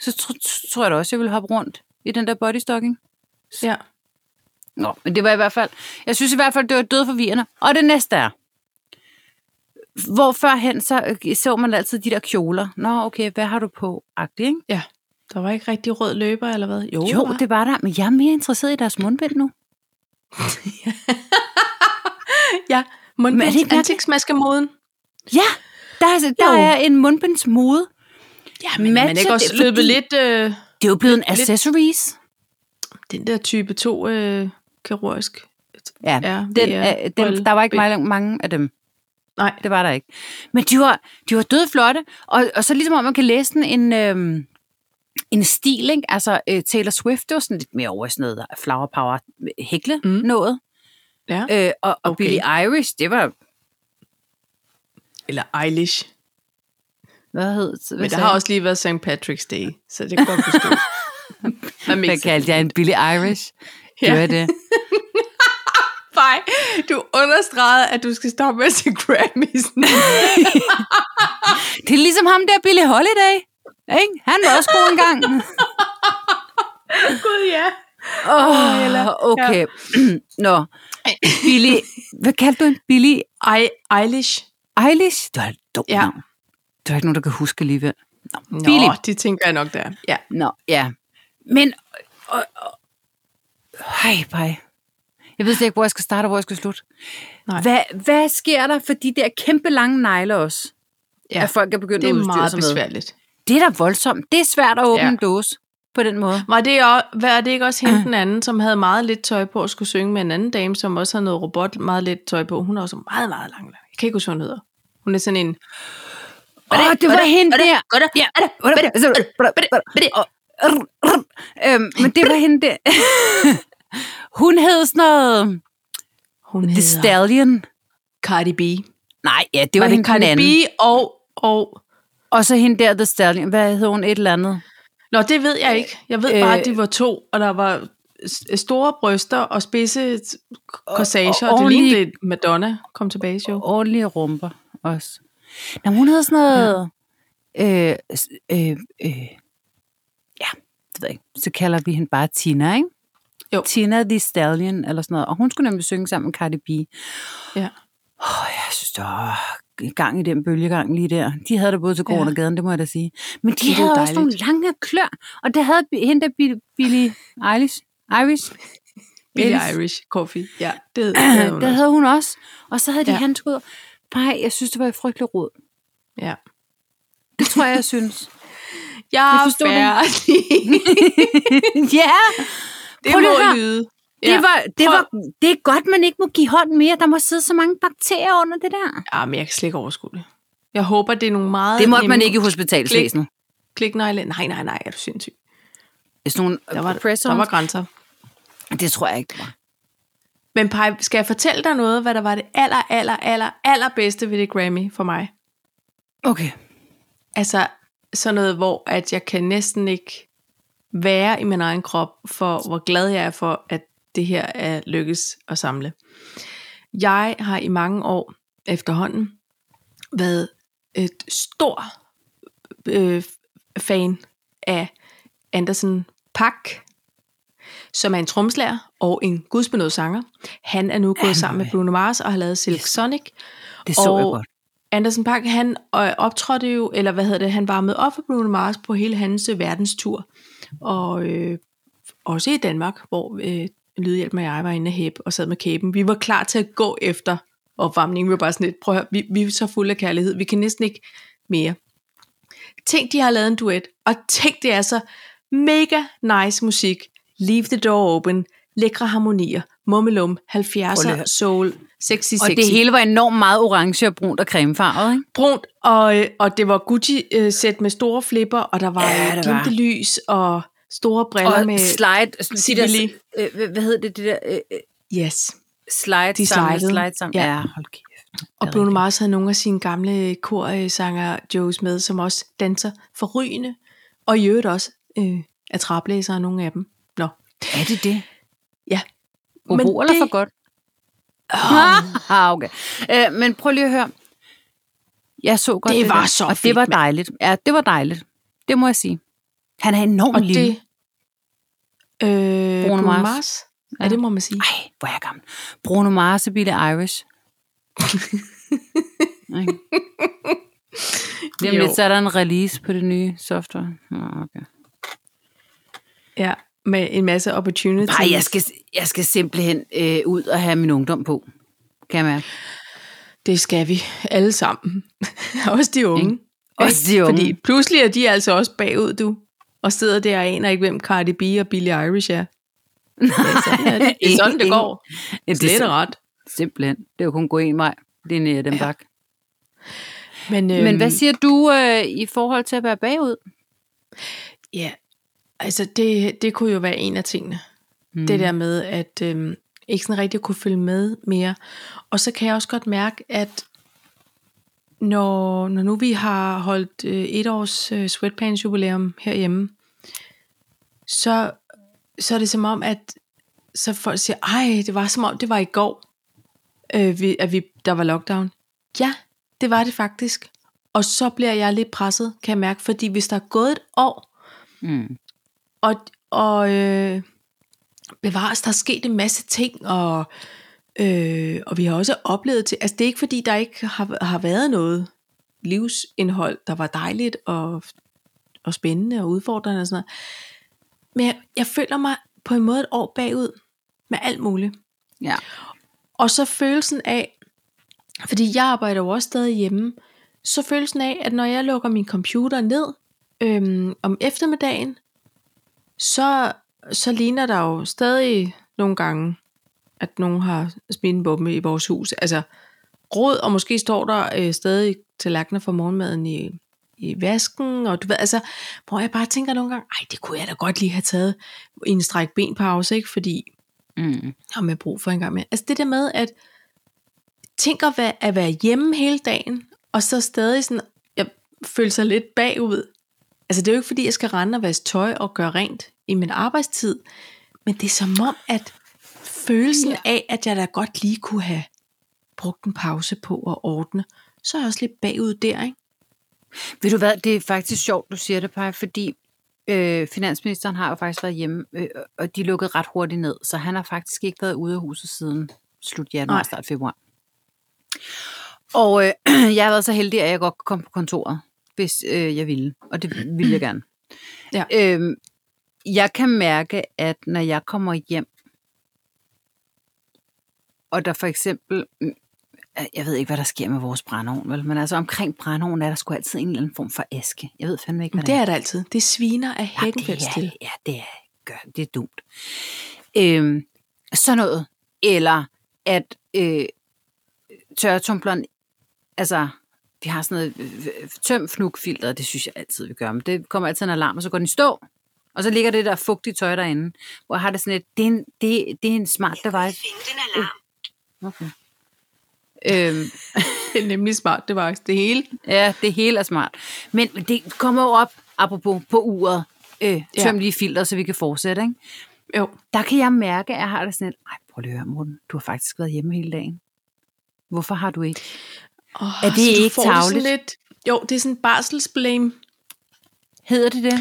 [SPEAKER 1] Så tr- tr- tror jeg da også, jeg ville hoppe rundt i den der bodystocking.
[SPEAKER 2] Ja.
[SPEAKER 1] Nå, men det var i hvert fald... Jeg synes i hvert fald, det var død forvirrende. Og det næste er... Hvor førhen så, øh, så man altid de der kjoler. Nå, okay, hvad har du på? Agtig, ikke?
[SPEAKER 2] ja. Der var ikke rigtig rød løber, eller hvad? Jo,
[SPEAKER 1] Jo,
[SPEAKER 2] der var.
[SPEAKER 1] det var der, men jeg er mere interesseret i deres mundbind nu.
[SPEAKER 2] ja.
[SPEAKER 1] Men er det
[SPEAKER 2] Mundbinds
[SPEAKER 1] ikke
[SPEAKER 2] ansigtsmaskemoden.
[SPEAKER 1] Ja, der, er, der
[SPEAKER 2] Jo.
[SPEAKER 1] er en mundbindsmode.
[SPEAKER 2] Ja,
[SPEAKER 1] Matcher det, fordi-
[SPEAKER 2] lidt øh,
[SPEAKER 1] Det er jo blevet en
[SPEAKER 2] Lidt-
[SPEAKER 1] accessories.
[SPEAKER 2] den der type 2 øh, kirurgisk?
[SPEAKER 1] Ja,
[SPEAKER 2] Ja,
[SPEAKER 1] den,
[SPEAKER 2] det er
[SPEAKER 1] øh, den, der var ikke mange, mange af dem.
[SPEAKER 2] Nej.
[SPEAKER 1] Det var der ikke. Men de var, de var døde flotte, og, og så ligesom om man kan læse sådan en, øhm, en stil, ikke? altså øh, Taylor Swift, det var sådan lidt mere over i sådan noget der flower power hækle
[SPEAKER 2] Mm.
[SPEAKER 1] mm. noget.
[SPEAKER 2] Ja.
[SPEAKER 1] Øh, og, og
[SPEAKER 2] Okay.
[SPEAKER 1] okay. Billie Irish, det var,
[SPEAKER 2] Eller Eilish.
[SPEAKER 1] hvad hed
[SPEAKER 2] Men der har også lige været St. Patrick's Day, så det kan godt forstå. Hvad
[SPEAKER 1] Hvad kaldte jeg en Billie Irish? Ja. Det var det.
[SPEAKER 2] Nej, du understregede, at du skal stoppe med at se Grammys.
[SPEAKER 1] Det er ligesom ham der Billie Holiday. Ikke? Han var også god engang.
[SPEAKER 2] Gud, ja.
[SPEAKER 1] Åh,
[SPEAKER 2] Ella.
[SPEAKER 1] oh, okay. Ja. Nå, Billie, hvad kaldte du en Billie
[SPEAKER 2] I, Eilish.
[SPEAKER 1] Eilish? Det var et dumt
[SPEAKER 2] Ja.
[SPEAKER 1] ja. navn. Der er ikke nogen, der kan huske alligevel. Nå,
[SPEAKER 2] Nå,
[SPEAKER 1] Billie.
[SPEAKER 2] det tænker jeg nok, der. Ja.
[SPEAKER 1] Nå, ja. Men, og, og, hej, hej. Jeg ved slet ikke, hvor jeg skal starte og hvor jeg skal slutte.
[SPEAKER 2] Nej.
[SPEAKER 1] Hvad, hvad sker der for de der kæmpe lange negle også?
[SPEAKER 2] Ja,
[SPEAKER 1] Ja, at folk er begyndt
[SPEAKER 2] Det
[SPEAKER 1] at
[SPEAKER 2] er
[SPEAKER 1] udstyre
[SPEAKER 2] meget
[SPEAKER 1] sig med.
[SPEAKER 2] besværligt.
[SPEAKER 1] Det er da voldsomt. Det er svært at åbne
[SPEAKER 2] Ja.
[SPEAKER 1] ja. en dåse på den måde.
[SPEAKER 2] Var det, også, var det ikke også hende den anden, som havde meget lidt tøj på og skulle synge med en anden dame, som også havde noget robot meget lidt tøj på? Hun er også meget, meget lang. Jeg kan ikke huske, hvad hun hedder. Hun er sådan en...
[SPEAKER 1] Åh, oh, det var hende der. Ja. altså, Og- Øhm, Men det var hende der. Hun hed sådan noget...
[SPEAKER 2] Hun
[SPEAKER 1] The
[SPEAKER 2] hedder
[SPEAKER 1] Stallion.
[SPEAKER 2] Cardi B.
[SPEAKER 1] Nej, ja, det
[SPEAKER 2] Var
[SPEAKER 1] var,
[SPEAKER 2] det
[SPEAKER 1] hende den
[SPEAKER 2] Cardi B
[SPEAKER 1] anden.
[SPEAKER 2] og... og
[SPEAKER 1] Og så hende der, The Stallion. Hvad hed hun? Et eller andet.
[SPEAKER 2] Nå, det ved jeg ikke. Jeg ved bare,
[SPEAKER 1] Øh.
[SPEAKER 2] at de var to, og der var s- store bryster og spidse korsager,
[SPEAKER 1] og
[SPEAKER 2] og, og det
[SPEAKER 1] ordentlige-
[SPEAKER 2] lignede lidt Madonna kom tilbage, jo.
[SPEAKER 1] Ordentlige rumper også. Nå, hun hed sådan noget... Øh, s- øh, øh, ja, det ved jeg ikke. Så kalder vi hende bare Tina, ikke?
[SPEAKER 2] Jo.
[SPEAKER 1] Tina The Stallion, eller sådan noget. Og hun skulle nemlig synge sammen med Cardi B.
[SPEAKER 2] Ja.
[SPEAKER 1] Åh, jeg synes, der var gang i den bølgegang lige der. De havde det både til gården
[SPEAKER 2] Ja.
[SPEAKER 1] ja. og gaden, det må jeg da sige. Men de
[SPEAKER 2] Det er
[SPEAKER 1] det havde
[SPEAKER 2] jo
[SPEAKER 1] også nogle lange klør, og det havde bi- hende der Billie, Billie Eilish, Irish,
[SPEAKER 2] Billie
[SPEAKER 1] Eilish.
[SPEAKER 2] Irish Coffee. Ja, det, det havde hun
[SPEAKER 1] der
[SPEAKER 2] også.
[SPEAKER 1] havde hun også. Og så havde de
[SPEAKER 2] Ja.
[SPEAKER 1] ja. handskud. Nej, jeg synes, det var et frygteligt råd.
[SPEAKER 2] Ja.
[SPEAKER 1] Det tror jeg, jeg synes.
[SPEAKER 2] Jeg
[SPEAKER 1] Jeg
[SPEAKER 2] er
[SPEAKER 1] forstod det.
[SPEAKER 2] færdig.
[SPEAKER 1] ja,
[SPEAKER 2] Det
[SPEAKER 1] Prøv lige at
[SPEAKER 2] må
[SPEAKER 1] høre.
[SPEAKER 2] lyde.
[SPEAKER 1] det,
[SPEAKER 2] Ja.
[SPEAKER 1] var, det,
[SPEAKER 2] Prøv-
[SPEAKER 1] var, det er godt, man ikke må give hånden mere. Der må sidde så mange bakterier under det der.
[SPEAKER 2] Ja, men jeg kan slet ikke overskue det. Jeg håber, det er nogle meget...
[SPEAKER 1] Det måtte
[SPEAKER 2] nemme
[SPEAKER 1] man ikke i hospitalsvæsenet.
[SPEAKER 2] Kliknegle. Nej, nej, nej, er du sindssyg.
[SPEAKER 1] Sådan nogle
[SPEAKER 2] Der var,
[SPEAKER 1] oppressor.
[SPEAKER 2] der var grænser.
[SPEAKER 1] Det tror jeg ikke, det var.
[SPEAKER 2] Men Paj, skal jeg fortælle dig noget, hvad der var det aller, aller, aller, allerbedste ved det Grammy for mig?
[SPEAKER 1] Okay.
[SPEAKER 2] Altså, sådan noget, hvor at jeg kan næsten ikke være i min egen krop, for hvor glad jeg er for, at det her er lykkes at samle. Jeg har i mange år efterhånden været et stor øh, fan af Andersen Pak, som er en tromslærer og en gudsbenået sanger. Han er nu gået
[SPEAKER 1] Han
[SPEAKER 2] sammen
[SPEAKER 1] er
[SPEAKER 2] med Bruno Mars og har lavet Silk
[SPEAKER 1] Yes.
[SPEAKER 2] Sonic.
[SPEAKER 1] Det så jeg
[SPEAKER 2] Og-
[SPEAKER 1] godt.
[SPEAKER 2] Andersen Park, han øh, optrådte jo, eller hvad hedder det, han varmede op for Bruno Mars på hele hans øh, verdenstur. Og øh, også i Danmark, hvor øh, Lydhjælp og jeg var inde af hæb og sad med kæben. Vi var klar til at gå efter opvarmningen. Vi var bare sådan lidt, prøv at høre, vi, vi er så fulde af kærlighed, vi kan næsten ikke mere. Tænk, de har lavet en duet, og tænk, det er så mega nice musik. Leave the door open, lækre harmonier, mummelum, 70'er,
[SPEAKER 1] høre.
[SPEAKER 2] soul, sexy, sexy
[SPEAKER 1] Og det hele var enormt meget orange og brunt og cremefarvet, ikke?
[SPEAKER 2] brunt, og, øh, og det var Gucci-sæt med store flipper, og der var
[SPEAKER 1] Ja,
[SPEAKER 2] ja,
[SPEAKER 1] det var.
[SPEAKER 2] glintelys og store briller
[SPEAKER 1] Og
[SPEAKER 2] med...
[SPEAKER 1] slide, sådan de der,
[SPEAKER 2] Sibili.
[SPEAKER 1] øh, hvad- hvad hedder det, det der øh, øh,
[SPEAKER 2] yes.
[SPEAKER 1] slide
[SPEAKER 2] De
[SPEAKER 1] sammen,
[SPEAKER 2] slidede.
[SPEAKER 1] slide sammen.
[SPEAKER 2] Ja.
[SPEAKER 1] Ja, hold kæft.
[SPEAKER 2] Og
[SPEAKER 1] Det er
[SPEAKER 2] Bruno
[SPEAKER 1] rigtigt.
[SPEAKER 2] Mars havde nogle af sine gamle korsanger Joes med, som også danser forrygende, og i øvrigt også øh, er træblæsere, nogle af dem. Nå.
[SPEAKER 1] Er det det?
[SPEAKER 2] Ja.
[SPEAKER 1] Obo
[SPEAKER 2] Men
[SPEAKER 1] eller
[SPEAKER 2] det-
[SPEAKER 1] for godt? Ah, okay. Øh, men prøv lige at høre. Jeg så godt
[SPEAKER 2] Det
[SPEAKER 1] det,
[SPEAKER 2] var
[SPEAKER 1] der,
[SPEAKER 2] så
[SPEAKER 1] og
[SPEAKER 2] fedt,
[SPEAKER 1] det var
[SPEAKER 2] mand.
[SPEAKER 1] dejligt. Ja, det var dejligt. Det må jeg sige. Han er enormt
[SPEAKER 2] Og
[SPEAKER 1] lille.
[SPEAKER 2] det... Øh,
[SPEAKER 1] Bruno
[SPEAKER 2] Bruno, Bruno
[SPEAKER 1] Mars.
[SPEAKER 2] Mars. Mars. Ja.
[SPEAKER 1] Ja.
[SPEAKER 2] ja, det må man sige.
[SPEAKER 1] Ej, hvor er jeg gammel. Bruno Mars og Billie Irish. Ikke? Lige om
[SPEAKER 2] Jo.
[SPEAKER 1] lidt, så er der en release på det nye software. Nå, okay.
[SPEAKER 2] Ja, med en masse opportunities.
[SPEAKER 1] Ej, jeg skal, jeg skal simpelthen øh, ud og have min ungdom på. Kan jeg mærke.
[SPEAKER 2] Det skal vi alle sammen. også de unge.
[SPEAKER 1] Ikke? Også de unge.
[SPEAKER 2] Fordi pludselig er de altså også bagud, du. Og sidder der og aner ikke, hvem Cardi B og Billie Irish er. Nej, sådan er det. det er sådan, det
[SPEAKER 1] Ingen-
[SPEAKER 2] går.
[SPEAKER 1] Ja, det
[SPEAKER 2] Slet
[SPEAKER 1] er
[SPEAKER 2] og ret.
[SPEAKER 1] simpelthen. Det er jo kun gå en vej. Det er nede den ja. bak.
[SPEAKER 2] Men, øhm,
[SPEAKER 1] Men hvad siger du øh, i forhold til at være bagud?
[SPEAKER 2] Ja, altså det, det kunne jo være en af tingene. Mm. Det der med, at øhm, ikke sådan rigtig kunne følge med mere. Og så kan jeg også godt mærke, at når, når nu vi har holdt øh, et års øh, sweatpants jubilæum herhjemme, så, så er det som om, at så folk siger, ej, det var som om, det var i går, øh, vi, at vi, der var lockdown. Ja, det var det faktisk. Og så bliver jeg lidt presset, kan jeg mærke, fordi hvis der er gået et år,
[SPEAKER 1] Mm.
[SPEAKER 2] og, og øh, bevares, der er sket en masse ting, og, øh, og vi har også oplevet til, altså det er ikke fordi, der ikke har, har været noget livsindhold, der var dejligt og, og spændende og udfordrende og sådan noget. Men jeg, jeg føler mig på en måde et år bagud med alt muligt.
[SPEAKER 1] Ja.
[SPEAKER 2] Og så følelsen af, fordi jeg arbejder jo også stadig hjemme, så følelsen af, at når jeg lukker min computer ned øhm, om eftermiddagen, så, så ligner der jo stadig nogle gange, at nogen har smidt en bombe i vores hus. Altså råd, og måske står der øh, stadig tallerkener for morgenmaden i, i vasken, og du ved, altså, hvor jeg bare tænker nogle gange, ej, det kunne jeg da godt lige have taget i en stræk benpause, ikke? Fordi
[SPEAKER 1] Mm.
[SPEAKER 2] har man brug for en gang mere. Altså det der med, at tænk at være, at være hjemme hele dagen, og så stadig sådan, jeg føler sig lidt bagud. Altså det er jo ikke fordi, jeg skal rende og vaske tøj og gøre rent i min arbejdstid, men det er som om, at følelsen ja. af, at jeg da godt lige kunne have brugt en pause på at ordne, så er jeg også lidt bagud der, ikke?
[SPEAKER 1] Ved du hvad, det er faktisk sjovt, du siger det, Paj, fordi øh, finansministeren har jo faktisk været hjemme, øh, og de lukkede ret hurtigt ned, så han har faktisk ikke været ude af huset siden slut januar,
[SPEAKER 2] Nej.
[SPEAKER 1] start februar. Og øh, jeg har været så heldig, at jeg godt kunne komme på kontoret, hvis øh, jeg ville, og det ville jeg gerne.
[SPEAKER 2] Ja.
[SPEAKER 1] Øhm, jeg kan mærke, at når jeg kommer hjem, og der for eksempel, mm, jeg ved ikke, hvad der sker med vores brændeovn, vel? men altså omkring brændeovnen er der sgu altid en eller anden form for æske. Jeg ved fandme ikke, hvad
[SPEAKER 2] Men det er det altid. Det sviner af
[SPEAKER 1] Ja, det
[SPEAKER 2] hækkenfælds
[SPEAKER 1] er-
[SPEAKER 2] til.
[SPEAKER 1] Ja, det er, gør, det er dumt. Øhm, sådan noget. Eller at øh, tørretumbleren, altså vi har sådan noget øh, øh, tøm fnugfilter, det synes jeg altid, vi gør. Men det kommer altid en alarm, og så går den i stå. Og så ligger det der fugtige tøj derinde, hvor jeg har det sådan et, det er en, det, det er en smart device. Okay. Øhm,
[SPEAKER 2] Det er nemlig smart, det var det hele.
[SPEAKER 1] Ja, det hele er smart. Men det kommer jo op, apropos på uret, øh,
[SPEAKER 2] Ja.
[SPEAKER 1] tøm lige filter, så vi kan fortsætte. Ikke?
[SPEAKER 2] Jo,
[SPEAKER 1] Der kan jeg mærke, at jeg har det sådan et, ej, prøv lige at høre, Morten, du har faktisk været hjemme hele dagen. Hvorfor har du ikke?
[SPEAKER 2] Oh,
[SPEAKER 1] Er det ikke tarveligt?
[SPEAKER 2] lidt, jo, det er sådan barselsblame.
[SPEAKER 1] Hedder det det?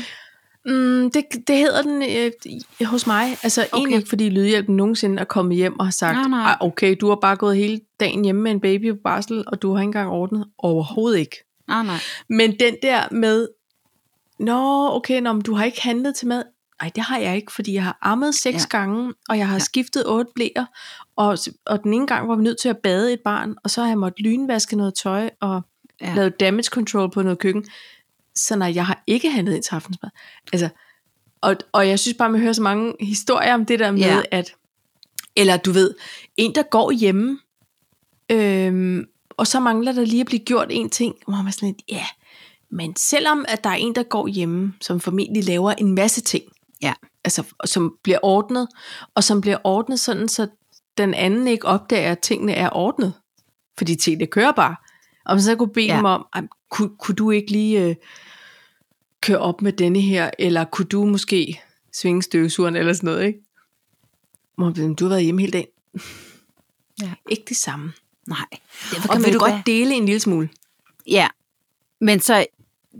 [SPEAKER 2] Mm, det, det hedder den øh, i- hos mig. Altså okay. egentlig ikke, fordi Lydhjælpen nogensinde er kommet hjem og har sagt,
[SPEAKER 1] Nej, nej.
[SPEAKER 2] "Ej, okay, du har bare gået hele dagen hjemme med en baby på barsel, og du har ikke engang ordnet overhovedet ikke.
[SPEAKER 1] Nej, nej.
[SPEAKER 2] Men den der med, nå okay, nå, men du har ikke handlet til mad. Nej, det har jeg ikke, fordi jeg har ammet seks
[SPEAKER 1] Ja.
[SPEAKER 2] ja. gange, og jeg har ja. skiftet otte blæer, og, s- og den ene gang var vi nødt til at bade et barn, og så har jeg måttet lynvaske noget tøj og
[SPEAKER 1] Ja.
[SPEAKER 2] ja. lavet damage control på noget køkken. Så nej, jeg har ikke handlet ind til aftensmad. Altså, og, og jeg synes bare, man hører så mange historier om det der med,
[SPEAKER 1] Ja.
[SPEAKER 2] ja. at eller du ved, en der går hjemme, øhm, og så mangler der lige at blive gjort en ting, hvor man er sådan lidt, ja, men selvom at der er en, der går hjemme, som formentlig laver en masse ting,
[SPEAKER 1] Ja.
[SPEAKER 2] altså som bliver ordnet, og som bliver ordnet sådan, så den anden ikke opdager, at tingene er ordnet, fordi tingene kører bare. Og man så kunne bede
[SPEAKER 1] Ja.
[SPEAKER 2] ja. dem om, "Ej, kunne, kunne du ikke lige øh, køre op med denne her, eller kunne du måske svinge støvsugeren eller sådan noget, ikke? Hvor man bliver sådan, Du har været hjemme hele dagen.
[SPEAKER 1] Ja.
[SPEAKER 2] Ikke det samme.
[SPEAKER 1] Nej.
[SPEAKER 2] Derfor kan og man
[SPEAKER 1] ved
[SPEAKER 2] jo
[SPEAKER 1] du
[SPEAKER 2] godt
[SPEAKER 1] hvad?
[SPEAKER 2] dele en lille smule.
[SPEAKER 1] Ja. Men så,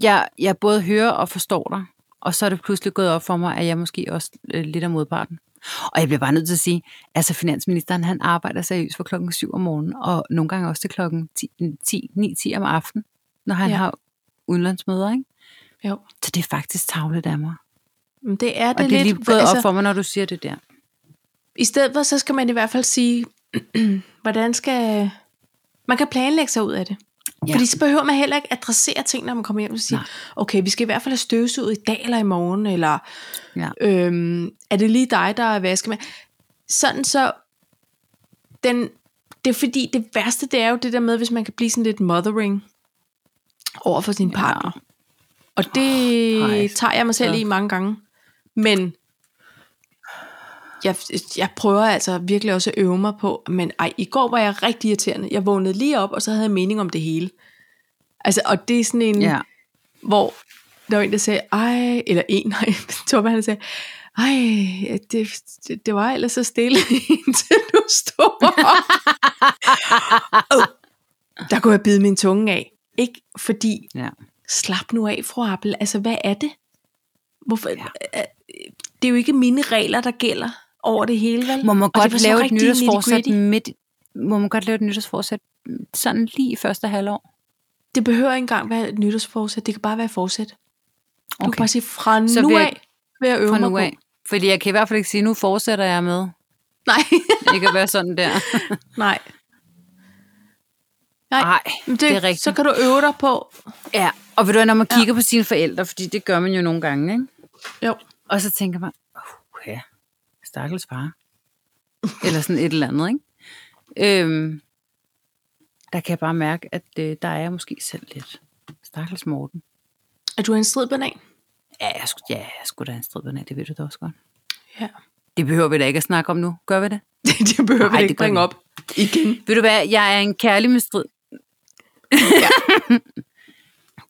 [SPEAKER 1] jeg, jeg både hører og forstår dig, og så er det pludselig gået op for mig, at jeg måske også øh, lidt er modparten. Og jeg bliver bare nødt til at sige, altså finansministeren, han arbejder seriøst fra klokken 7 om morgenen, og nogle gange også til klokken øh, 10, 10 9-10 om aftenen, når han ja.
[SPEAKER 2] Ja.
[SPEAKER 1] har udenlandsmøder, ikke?
[SPEAKER 2] Jo.
[SPEAKER 1] Så det er faktisk tavlet af mig.
[SPEAKER 2] Men det er
[SPEAKER 1] Og det
[SPEAKER 2] det,
[SPEAKER 1] er lige
[SPEAKER 2] lidt.
[SPEAKER 1] gået altså... op for mig, når du siger det der.
[SPEAKER 2] I stedet for, så skal man i hvert fald sige, hvordan skal... Man kan planlægge sig ud af det.
[SPEAKER 1] Ja.
[SPEAKER 2] Ja. Fordi så behøver man heller ikke adressere ting, når man kommer hjem og siger,
[SPEAKER 1] Nej.
[SPEAKER 2] okay, vi skal i hvert fald have støvsuget i dag eller i morgen, eller
[SPEAKER 1] Ja.
[SPEAKER 2] øhm, er det lige dig, der er vaskemand? Sådan så, den, det er fordi, det værste, det er jo det der med, hvis man kan blive sådan lidt mothering over for sin partner. Og det
[SPEAKER 1] Oh, nej.
[SPEAKER 2] oh, tager jeg mig selv
[SPEAKER 1] Ja.
[SPEAKER 2] ja. i mange gange. Men jeg, jeg prøver altså virkelig også at øve mig på, men ej, i går var jeg rigtig irriterende. Jeg vågnede lige op, og så havde jeg mening om det hele. Altså, og det er sådan en,
[SPEAKER 1] Ja.
[SPEAKER 2] hvor der var en, der sagde, ej, eller en, nej, Torben han sagde, ej, ja, det, det, det var ellers så stille, indtil du stod op. Åh, der kunne jeg bide min tunge af. Ikke fordi,
[SPEAKER 1] ja.
[SPEAKER 2] slap nu af, fru Appel. Altså, hvad er det? Hvorfor?
[SPEAKER 1] Ja.
[SPEAKER 2] Ja. Det er jo ikke mine regler, der gælder over det hele, vel?
[SPEAKER 1] Må man
[SPEAKER 2] Og det
[SPEAKER 1] godt
[SPEAKER 2] var så
[SPEAKER 1] lave et
[SPEAKER 2] rigtig
[SPEAKER 1] nytårsforsæt
[SPEAKER 2] nitty-gritty.
[SPEAKER 1] midt, må man godt lave et nytårsforsæt sådan lige i første halvår?
[SPEAKER 2] Det behøver ikke engang være et nytårsforsæt. Det kan bare være et forsæt. Du okay. kan
[SPEAKER 1] Okay.
[SPEAKER 2] bare sige, fra
[SPEAKER 1] Så
[SPEAKER 2] så nu
[SPEAKER 1] vil jeg-
[SPEAKER 2] af vil jeg øve
[SPEAKER 1] fra
[SPEAKER 2] mig
[SPEAKER 1] nu
[SPEAKER 2] på.
[SPEAKER 1] af. Fordi jeg kan i hvert fald ikke sige, nu fortsætter jeg med.
[SPEAKER 2] Nej.
[SPEAKER 1] Det kan være sådan der.
[SPEAKER 2] Nej. Nej,
[SPEAKER 1] Nej,
[SPEAKER 2] men det,
[SPEAKER 1] det
[SPEAKER 2] det
[SPEAKER 1] er rigtigt.
[SPEAKER 2] Så kan du øve dig på.
[SPEAKER 1] ja. Og ved du, hvad, når man kigger ja. på sine forældre, fordi det gør man jo nogle gange, ikke?
[SPEAKER 2] Jo.
[SPEAKER 1] Og så tænker man, uh, ja, stakkels far. Eller sådan et eller andet, ikke? Øhm, der kan jeg bare mærke, at øh, der er jeg måske selv lidt. Stakkels Morten.
[SPEAKER 2] Er du en strid banan?
[SPEAKER 1] Ja, jeg, sku- ja, jeg skulle da en strid banan, det ved du da også godt.
[SPEAKER 2] Ja.
[SPEAKER 1] Det behøver vi da ikke at snakke om nu. Gør vi det?
[SPEAKER 2] det behøver
[SPEAKER 1] Nej,
[SPEAKER 2] vi ikke
[SPEAKER 1] det gør
[SPEAKER 2] bringe
[SPEAKER 1] vi
[SPEAKER 2] op igen.
[SPEAKER 1] Ved du hvad, jeg er en kærlig med strid.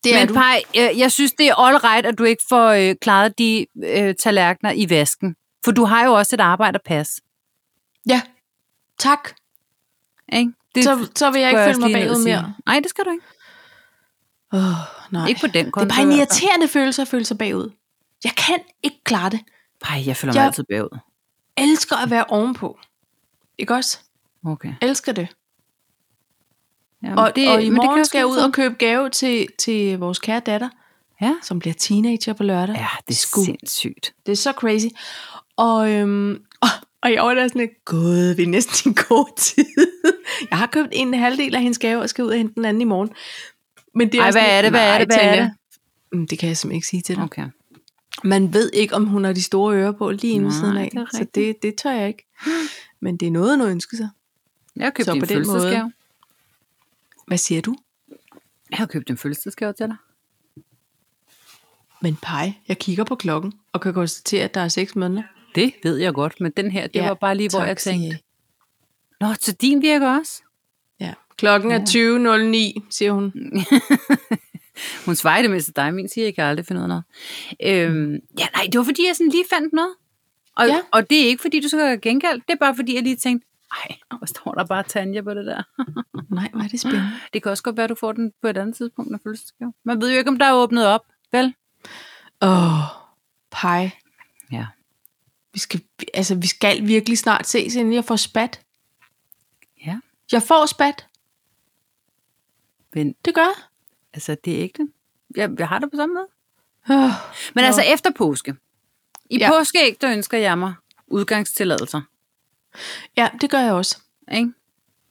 [SPEAKER 2] Det
[SPEAKER 1] Men Paj, jeg, jeg synes, det er all right, at du ikke får øh, klaret de øh, tallerkener i vasken. For du har jo også et arbejde at passe.
[SPEAKER 2] Ja. Tak.
[SPEAKER 1] Ikke? Det
[SPEAKER 2] Så, så vil jeg ikke føle mig bagud mere.
[SPEAKER 1] Nej, det skal du ikke.
[SPEAKER 2] Oh, nej.
[SPEAKER 1] Ikke på den
[SPEAKER 2] det
[SPEAKER 1] konto.
[SPEAKER 2] er bare en irriterende følelse at føle sig bagud. Jeg kan ikke klare det.
[SPEAKER 1] Nej, jeg føler mig
[SPEAKER 2] Jeg-
[SPEAKER 1] altid bagud.
[SPEAKER 2] Elsker at være ovenpå. Ikke også?
[SPEAKER 1] Okay.
[SPEAKER 2] Elsker det.
[SPEAKER 1] Jamen,
[SPEAKER 2] Og, det, og i
[SPEAKER 1] men
[SPEAKER 2] morgen
[SPEAKER 1] jo
[SPEAKER 2] skal jeg
[SPEAKER 1] sådan
[SPEAKER 2] ud og købe gave til, til vores kære datter,
[SPEAKER 1] Ja.
[SPEAKER 2] som bliver teenager på lørdag.
[SPEAKER 1] ja, det er
[SPEAKER 2] Sku-
[SPEAKER 1] sindssygt.
[SPEAKER 2] Det er så crazy. Og, øhm, og, og i år er der sådan lidt, gud, vi er næsten i god tid. Jeg har købt en halvdel af hendes gave, og skal ud og hente den anden i morgen. Men det
[SPEAKER 1] Ej,
[SPEAKER 2] også
[SPEAKER 1] hvad
[SPEAKER 2] lidt,
[SPEAKER 1] er det, hvad
[SPEAKER 2] nej,
[SPEAKER 1] er det, hvad er
[SPEAKER 2] Tanja.
[SPEAKER 1] det?
[SPEAKER 2] Mm, Det kan jeg simpelthen ikke sige til dig.
[SPEAKER 1] Okay.
[SPEAKER 2] Man ved ikke, om hun har de store ører på lige inden
[SPEAKER 1] Nej,
[SPEAKER 2] siden af.
[SPEAKER 1] det er
[SPEAKER 2] så
[SPEAKER 1] rigtigt.
[SPEAKER 2] det, det tør jeg ikke. Men det er noget, hun ønsker sig.
[SPEAKER 1] Jeg har købt
[SPEAKER 2] Så
[SPEAKER 1] en
[SPEAKER 2] på den måde-
[SPEAKER 1] fødselsdagsgave.
[SPEAKER 2] Hvad siger du?
[SPEAKER 1] Jeg har købt en fødselsdagsgave til dig.
[SPEAKER 2] Men pej, jeg kigger på klokken og kan konstatere, at der er seks måneder.
[SPEAKER 1] Det ved jeg godt, men den her, det
[SPEAKER 2] Ja,
[SPEAKER 1] var bare lige, hvor
[SPEAKER 2] tak,
[SPEAKER 1] jeg tænkte,
[SPEAKER 2] siger jeg.
[SPEAKER 1] Nå, så din virker også?
[SPEAKER 2] Ja. Klokken er 20.09, siger hun.
[SPEAKER 1] Hun svarer i det mindste dig, min siger, jeg kan aldrig finde ud af noget. Øhm, ja, nej, det var fordi, jeg sådan lige fandt noget. Og, ja.
[SPEAKER 2] Ja.
[SPEAKER 1] og det er ikke fordi, du skal have gengæld, det er bare fordi, jeg lige tænkte, ej, hvor står der bare Tanja på det der.
[SPEAKER 2] Nej, hvor er det spændende.
[SPEAKER 1] Det kan også godt være, du får den på et andet tidspunkt, når følelsesgave. Man ved jo ikke, om der er åbnet op, vel?
[SPEAKER 2] Åh, oh, Pej.
[SPEAKER 1] Ja.
[SPEAKER 2] Vi skal, altså, vi skal virkelig snart ses, inden jeg får spat.
[SPEAKER 1] Ja.
[SPEAKER 2] Jeg får spat.
[SPEAKER 1] Men
[SPEAKER 2] Det gør jeg.
[SPEAKER 1] altså, det er ægte. Jeg, jeg har det på samme måde.
[SPEAKER 2] Øh,
[SPEAKER 1] Men
[SPEAKER 2] Nå.
[SPEAKER 1] altså efter påske. I
[SPEAKER 2] Ja.
[SPEAKER 1] ja. påskeæg, der ønsker jeg mig udgangstilladelser.
[SPEAKER 2] Ja, det gør jeg også.
[SPEAKER 1] Ikke?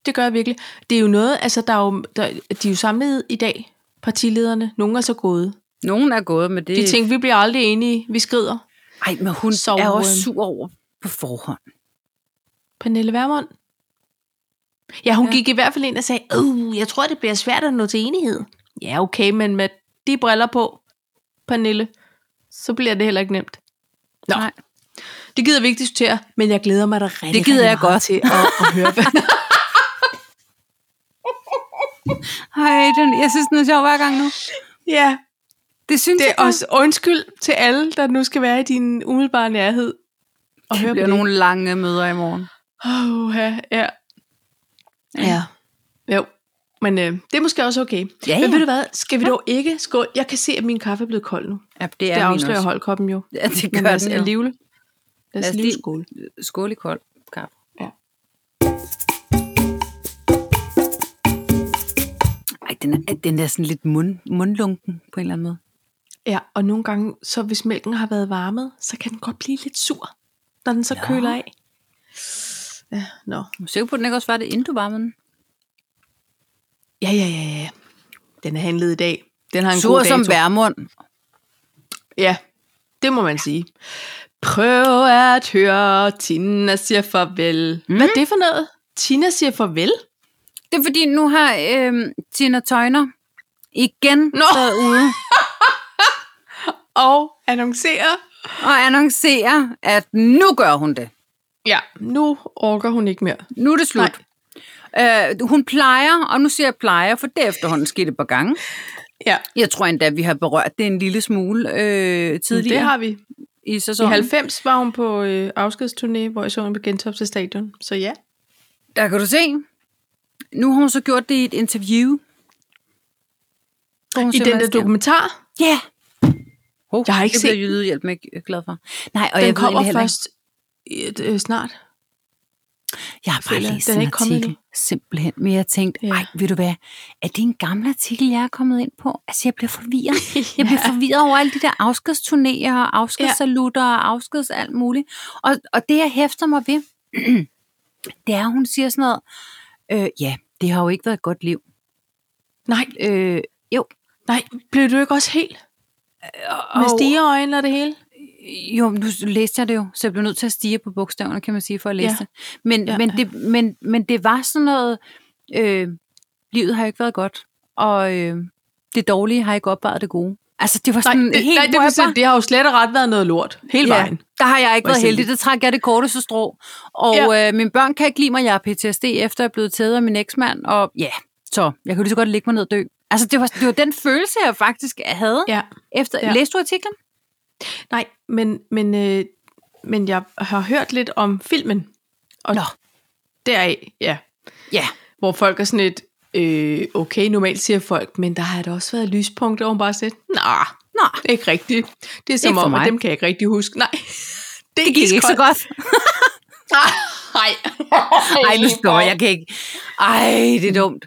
[SPEAKER 2] Det gør jeg virkelig. Det er jo noget, altså, der er jo, der, de er jo samlet i dag, partilederne. Nogle er så gode.
[SPEAKER 1] Nogen er gået med det.
[SPEAKER 2] De tænkte, vi bliver aldrig enige. Vi skrider.
[SPEAKER 1] Ej, men hun
[SPEAKER 2] Så,
[SPEAKER 1] så, er også
[SPEAKER 2] øhm,
[SPEAKER 1] sur over på forhånd.
[SPEAKER 2] Pernille Vermund. Ja, hun ja.
[SPEAKER 1] Ja.
[SPEAKER 2] gik i hvert fald ind og sagde, øh, jeg tror, det bliver svært at nå til enighed. Ja, okay, men med de briller på, Pernille, så bliver det heller ikke nemt. Nå.
[SPEAKER 1] Nej.
[SPEAKER 2] Det gider vi ikke diskutere, men jeg glæder mig da rigtig,
[SPEAKER 1] Det gider
[SPEAKER 2] rigtig
[SPEAKER 1] jeg
[SPEAKER 2] meget
[SPEAKER 1] godt.
[SPEAKER 2] til at, at høre. Hvad.
[SPEAKER 1] Ej, den, jeg synes, den er sjov hver gang nu.
[SPEAKER 2] ja,
[SPEAKER 1] Det synes
[SPEAKER 2] det
[SPEAKER 1] jeg
[SPEAKER 2] er også undskyld til alle, der nu skal være i din umiddelbare nærhed. Og
[SPEAKER 1] Det
[SPEAKER 2] høre
[SPEAKER 1] bliver
[SPEAKER 2] på
[SPEAKER 1] nogle lange møder i morgen.
[SPEAKER 2] Oh, ja, ja. Ja. Jo. Men øh, det er måske også okay.
[SPEAKER 1] Ja,
[SPEAKER 2] Men
[SPEAKER 1] ja.
[SPEAKER 2] ved du hvad, skal vi dog ikke skål? Jeg kan se, at min kaffe er blevet kold nu.
[SPEAKER 1] Ja, det
[SPEAKER 2] Ja, det
[SPEAKER 1] er min
[SPEAKER 2] afslører
[SPEAKER 1] også.
[SPEAKER 2] holdkoppen jo.
[SPEAKER 1] Ja, det
[SPEAKER 2] Men
[SPEAKER 1] gør
[SPEAKER 2] lad os
[SPEAKER 1] den jo.
[SPEAKER 2] alligevel. Lad
[SPEAKER 1] Lad
[SPEAKER 2] os
[SPEAKER 1] os
[SPEAKER 2] lige
[SPEAKER 1] lige-
[SPEAKER 2] skål.
[SPEAKER 1] Skål i kold kaffe.
[SPEAKER 2] Ja.
[SPEAKER 1] Ej, den er, den er sådan lidt mund, mundlunken på en eller anden måde.
[SPEAKER 2] Ja, og nogle gange, så hvis mælken har været varmet, så kan den godt blive lidt sur, når den så
[SPEAKER 1] Nå.
[SPEAKER 2] køler af. Ja, nå.
[SPEAKER 1] Jeg er sikker på, at den ikke også var det, inden du varmede den.
[SPEAKER 2] Ja, ja, ja, ja. Den er handlet i dag. Den har en
[SPEAKER 1] Sur
[SPEAKER 2] god dato.
[SPEAKER 1] som værmund.
[SPEAKER 2] Ja, det må man sige. Prøv at høre, Tina siger farvel. Mm. Hvad er det for noget? Tina siger farvel?
[SPEAKER 1] Det er fordi, nu har øh, Tina Tøjner igen
[SPEAKER 2] Nå.
[SPEAKER 1] Nå. været ude
[SPEAKER 2] Og annoncerer.
[SPEAKER 1] og annoncerer, at nu gør hun det.
[SPEAKER 2] Ja, nu orker hun ikke mere.
[SPEAKER 1] Nu er det slut. Øh, hun plejer, og nu siger jeg plejer, for det er efterhånden sket et par gange.
[SPEAKER 2] Ja,
[SPEAKER 1] Jeg tror endda, vi har berørt det en lille smule øh, tidligere
[SPEAKER 2] det har vi.
[SPEAKER 1] i
[SPEAKER 2] I
[SPEAKER 1] sæsonen.
[SPEAKER 2] 90 var hun på øh, afskedsturné, hvor jeg så hende på Gentofte Stadion. Så ja.
[SPEAKER 1] Der kan du se. Nu har hun så gjort det i et interview.
[SPEAKER 2] I den der dokumentar,
[SPEAKER 1] Ja. Oh,
[SPEAKER 2] Jeg har ikke
[SPEAKER 1] det bliver
[SPEAKER 2] set
[SPEAKER 1] jydehjælp med ikke øh, glad for. Nej, og jeg
[SPEAKER 2] den
[SPEAKER 1] ved det
[SPEAKER 2] kommer
[SPEAKER 1] heller
[SPEAKER 2] først i et, øh, snart.
[SPEAKER 1] Ikke. Jeg har bare
[SPEAKER 2] føler,
[SPEAKER 1] læst
[SPEAKER 2] den er
[SPEAKER 1] en
[SPEAKER 2] ikke kommet
[SPEAKER 1] artikel, simpelthen. Men jeg tænkte,
[SPEAKER 2] Ja.
[SPEAKER 1] ja. ej, ved du hvad, er det en gammel artikel, jeg er kommet ind på? Altså, jeg bliver forvirret. Jeg bliver forvirret over alle de der afskedsturnéer og afskedssalutter og afskeds alt muligt. Og, og det, jeg hæfter mig ved, det er, at hun siger sådan noget, øh, ja, det har jo ikke været et godt liv.
[SPEAKER 2] Nej,
[SPEAKER 1] Øh, jo,
[SPEAKER 2] nej, blev du ikke også helt? øh, Med
[SPEAKER 1] og-
[SPEAKER 2] stigeøjne og det hele?
[SPEAKER 1] Jo, men nu læste jeg det jo, så jeg blev nødt til at stige på bogstaverne, kan man sige, for at læse
[SPEAKER 2] Ja.
[SPEAKER 1] ja. det. Men,
[SPEAKER 2] Ja.
[SPEAKER 1] ja. men det. Men, men det var sådan noget, øh, livet har ikke været godt, og øh, det dårlige har ikke opvejet det gode. Altså, det var sådan
[SPEAKER 2] Nej, det,
[SPEAKER 1] helt...
[SPEAKER 2] nej, det,
[SPEAKER 1] hvor
[SPEAKER 2] vil
[SPEAKER 1] jeg
[SPEAKER 2] sige,
[SPEAKER 1] bare-
[SPEAKER 2] det har jo slet og ret været noget lort. Hele ja. vejen.
[SPEAKER 1] der har jeg ikke
[SPEAKER 2] Hvor jeg
[SPEAKER 1] været heldig.
[SPEAKER 2] siger,
[SPEAKER 1] Der trak jeg det korteste strå. Og
[SPEAKER 2] Ja.
[SPEAKER 1] ja. øh, mine børn kan ikke lide mig. Jeg har PTSD, efter jeg er blevet taget af min eksmand. Og ja, så jeg kunne lige så godt ligge mig ned og dø. Altså, det var, det var den følelse, jeg faktisk havde.
[SPEAKER 2] Ja.
[SPEAKER 1] Efter,
[SPEAKER 2] Ja.
[SPEAKER 1] ja. Læste du artiklen?
[SPEAKER 2] Nej, men, men, øh, men jeg har hørt lidt om filmen. Og
[SPEAKER 1] Nå.
[SPEAKER 2] deraf, ja.
[SPEAKER 1] Ja.
[SPEAKER 2] Hvor folk er sådan lidt, øh, okay, normalt siger folk, men der har da også været lyspunkter, hvor hun bare siger, nej,
[SPEAKER 1] Nå,
[SPEAKER 2] ikke rigtigt. Det er som
[SPEAKER 1] Ikke for
[SPEAKER 2] om, at
[SPEAKER 1] mig.
[SPEAKER 2] dem kan jeg ikke rigtig huske. Nej, det,
[SPEAKER 1] det gik ikke så godt.
[SPEAKER 2] Nej.
[SPEAKER 1] Ej, Mm. nu står jeg, jeg kan ikke. Ej, det er dumt.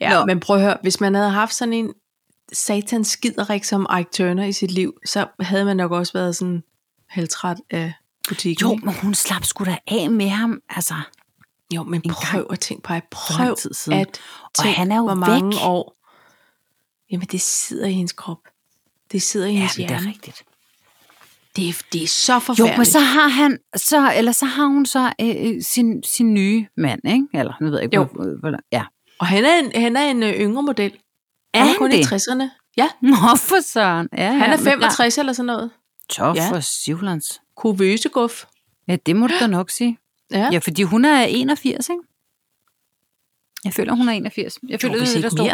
[SPEAKER 2] Ja,
[SPEAKER 1] Nå.
[SPEAKER 2] men prøv at høre, hvis man havde haft sådan en satans skiderik som Ike Turner i sit liv, så havde man nok også været sådan halvtræt af butikken.
[SPEAKER 1] Jo,
[SPEAKER 2] ikke?
[SPEAKER 1] men hun slap sgu da af med ham, altså.
[SPEAKER 2] jo men prøv at tænke på, at prøv
[SPEAKER 1] lang tid siden.
[SPEAKER 2] at tænke,
[SPEAKER 1] han er jo
[SPEAKER 2] hvor mange
[SPEAKER 1] væk.
[SPEAKER 2] år. Jamen, det sidder i hendes krop. Det sidder i
[SPEAKER 1] Ja,
[SPEAKER 2] hendes
[SPEAKER 1] men det er
[SPEAKER 2] hjerne.
[SPEAKER 1] rigtigt.
[SPEAKER 2] Det er, det er så
[SPEAKER 1] Jo,
[SPEAKER 2] forfærdeligt.
[SPEAKER 1] men så har han, så, eller så har hun så øh, øh, sin, sin nye mand, ikke? Eller, nu ved jeg ikke,
[SPEAKER 2] Jo.
[SPEAKER 1] hvor, hvor, lang- ja.
[SPEAKER 2] Og han er en, han er en øh, yngre model.
[SPEAKER 1] Er
[SPEAKER 2] han er
[SPEAKER 1] han
[SPEAKER 2] kun i
[SPEAKER 1] det?
[SPEAKER 2] 60'erne. Ja,
[SPEAKER 1] Nå, for søren. Ja,
[SPEAKER 2] han
[SPEAKER 1] ja,
[SPEAKER 2] er 65 eller sådan noget.
[SPEAKER 1] Tof
[SPEAKER 2] Ja.
[SPEAKER 1] for Sivlands.
[SPEAKER 2] Kuvøseguff.
[SPEAKER 1] Ja, det må du da nok sige.
[SPEAKER 2] Ja.
[SPEAKER 1] Ja, fordi hun er 81, ikke? Jeg føler, hun er 81. Jeg føler, det er det, der står.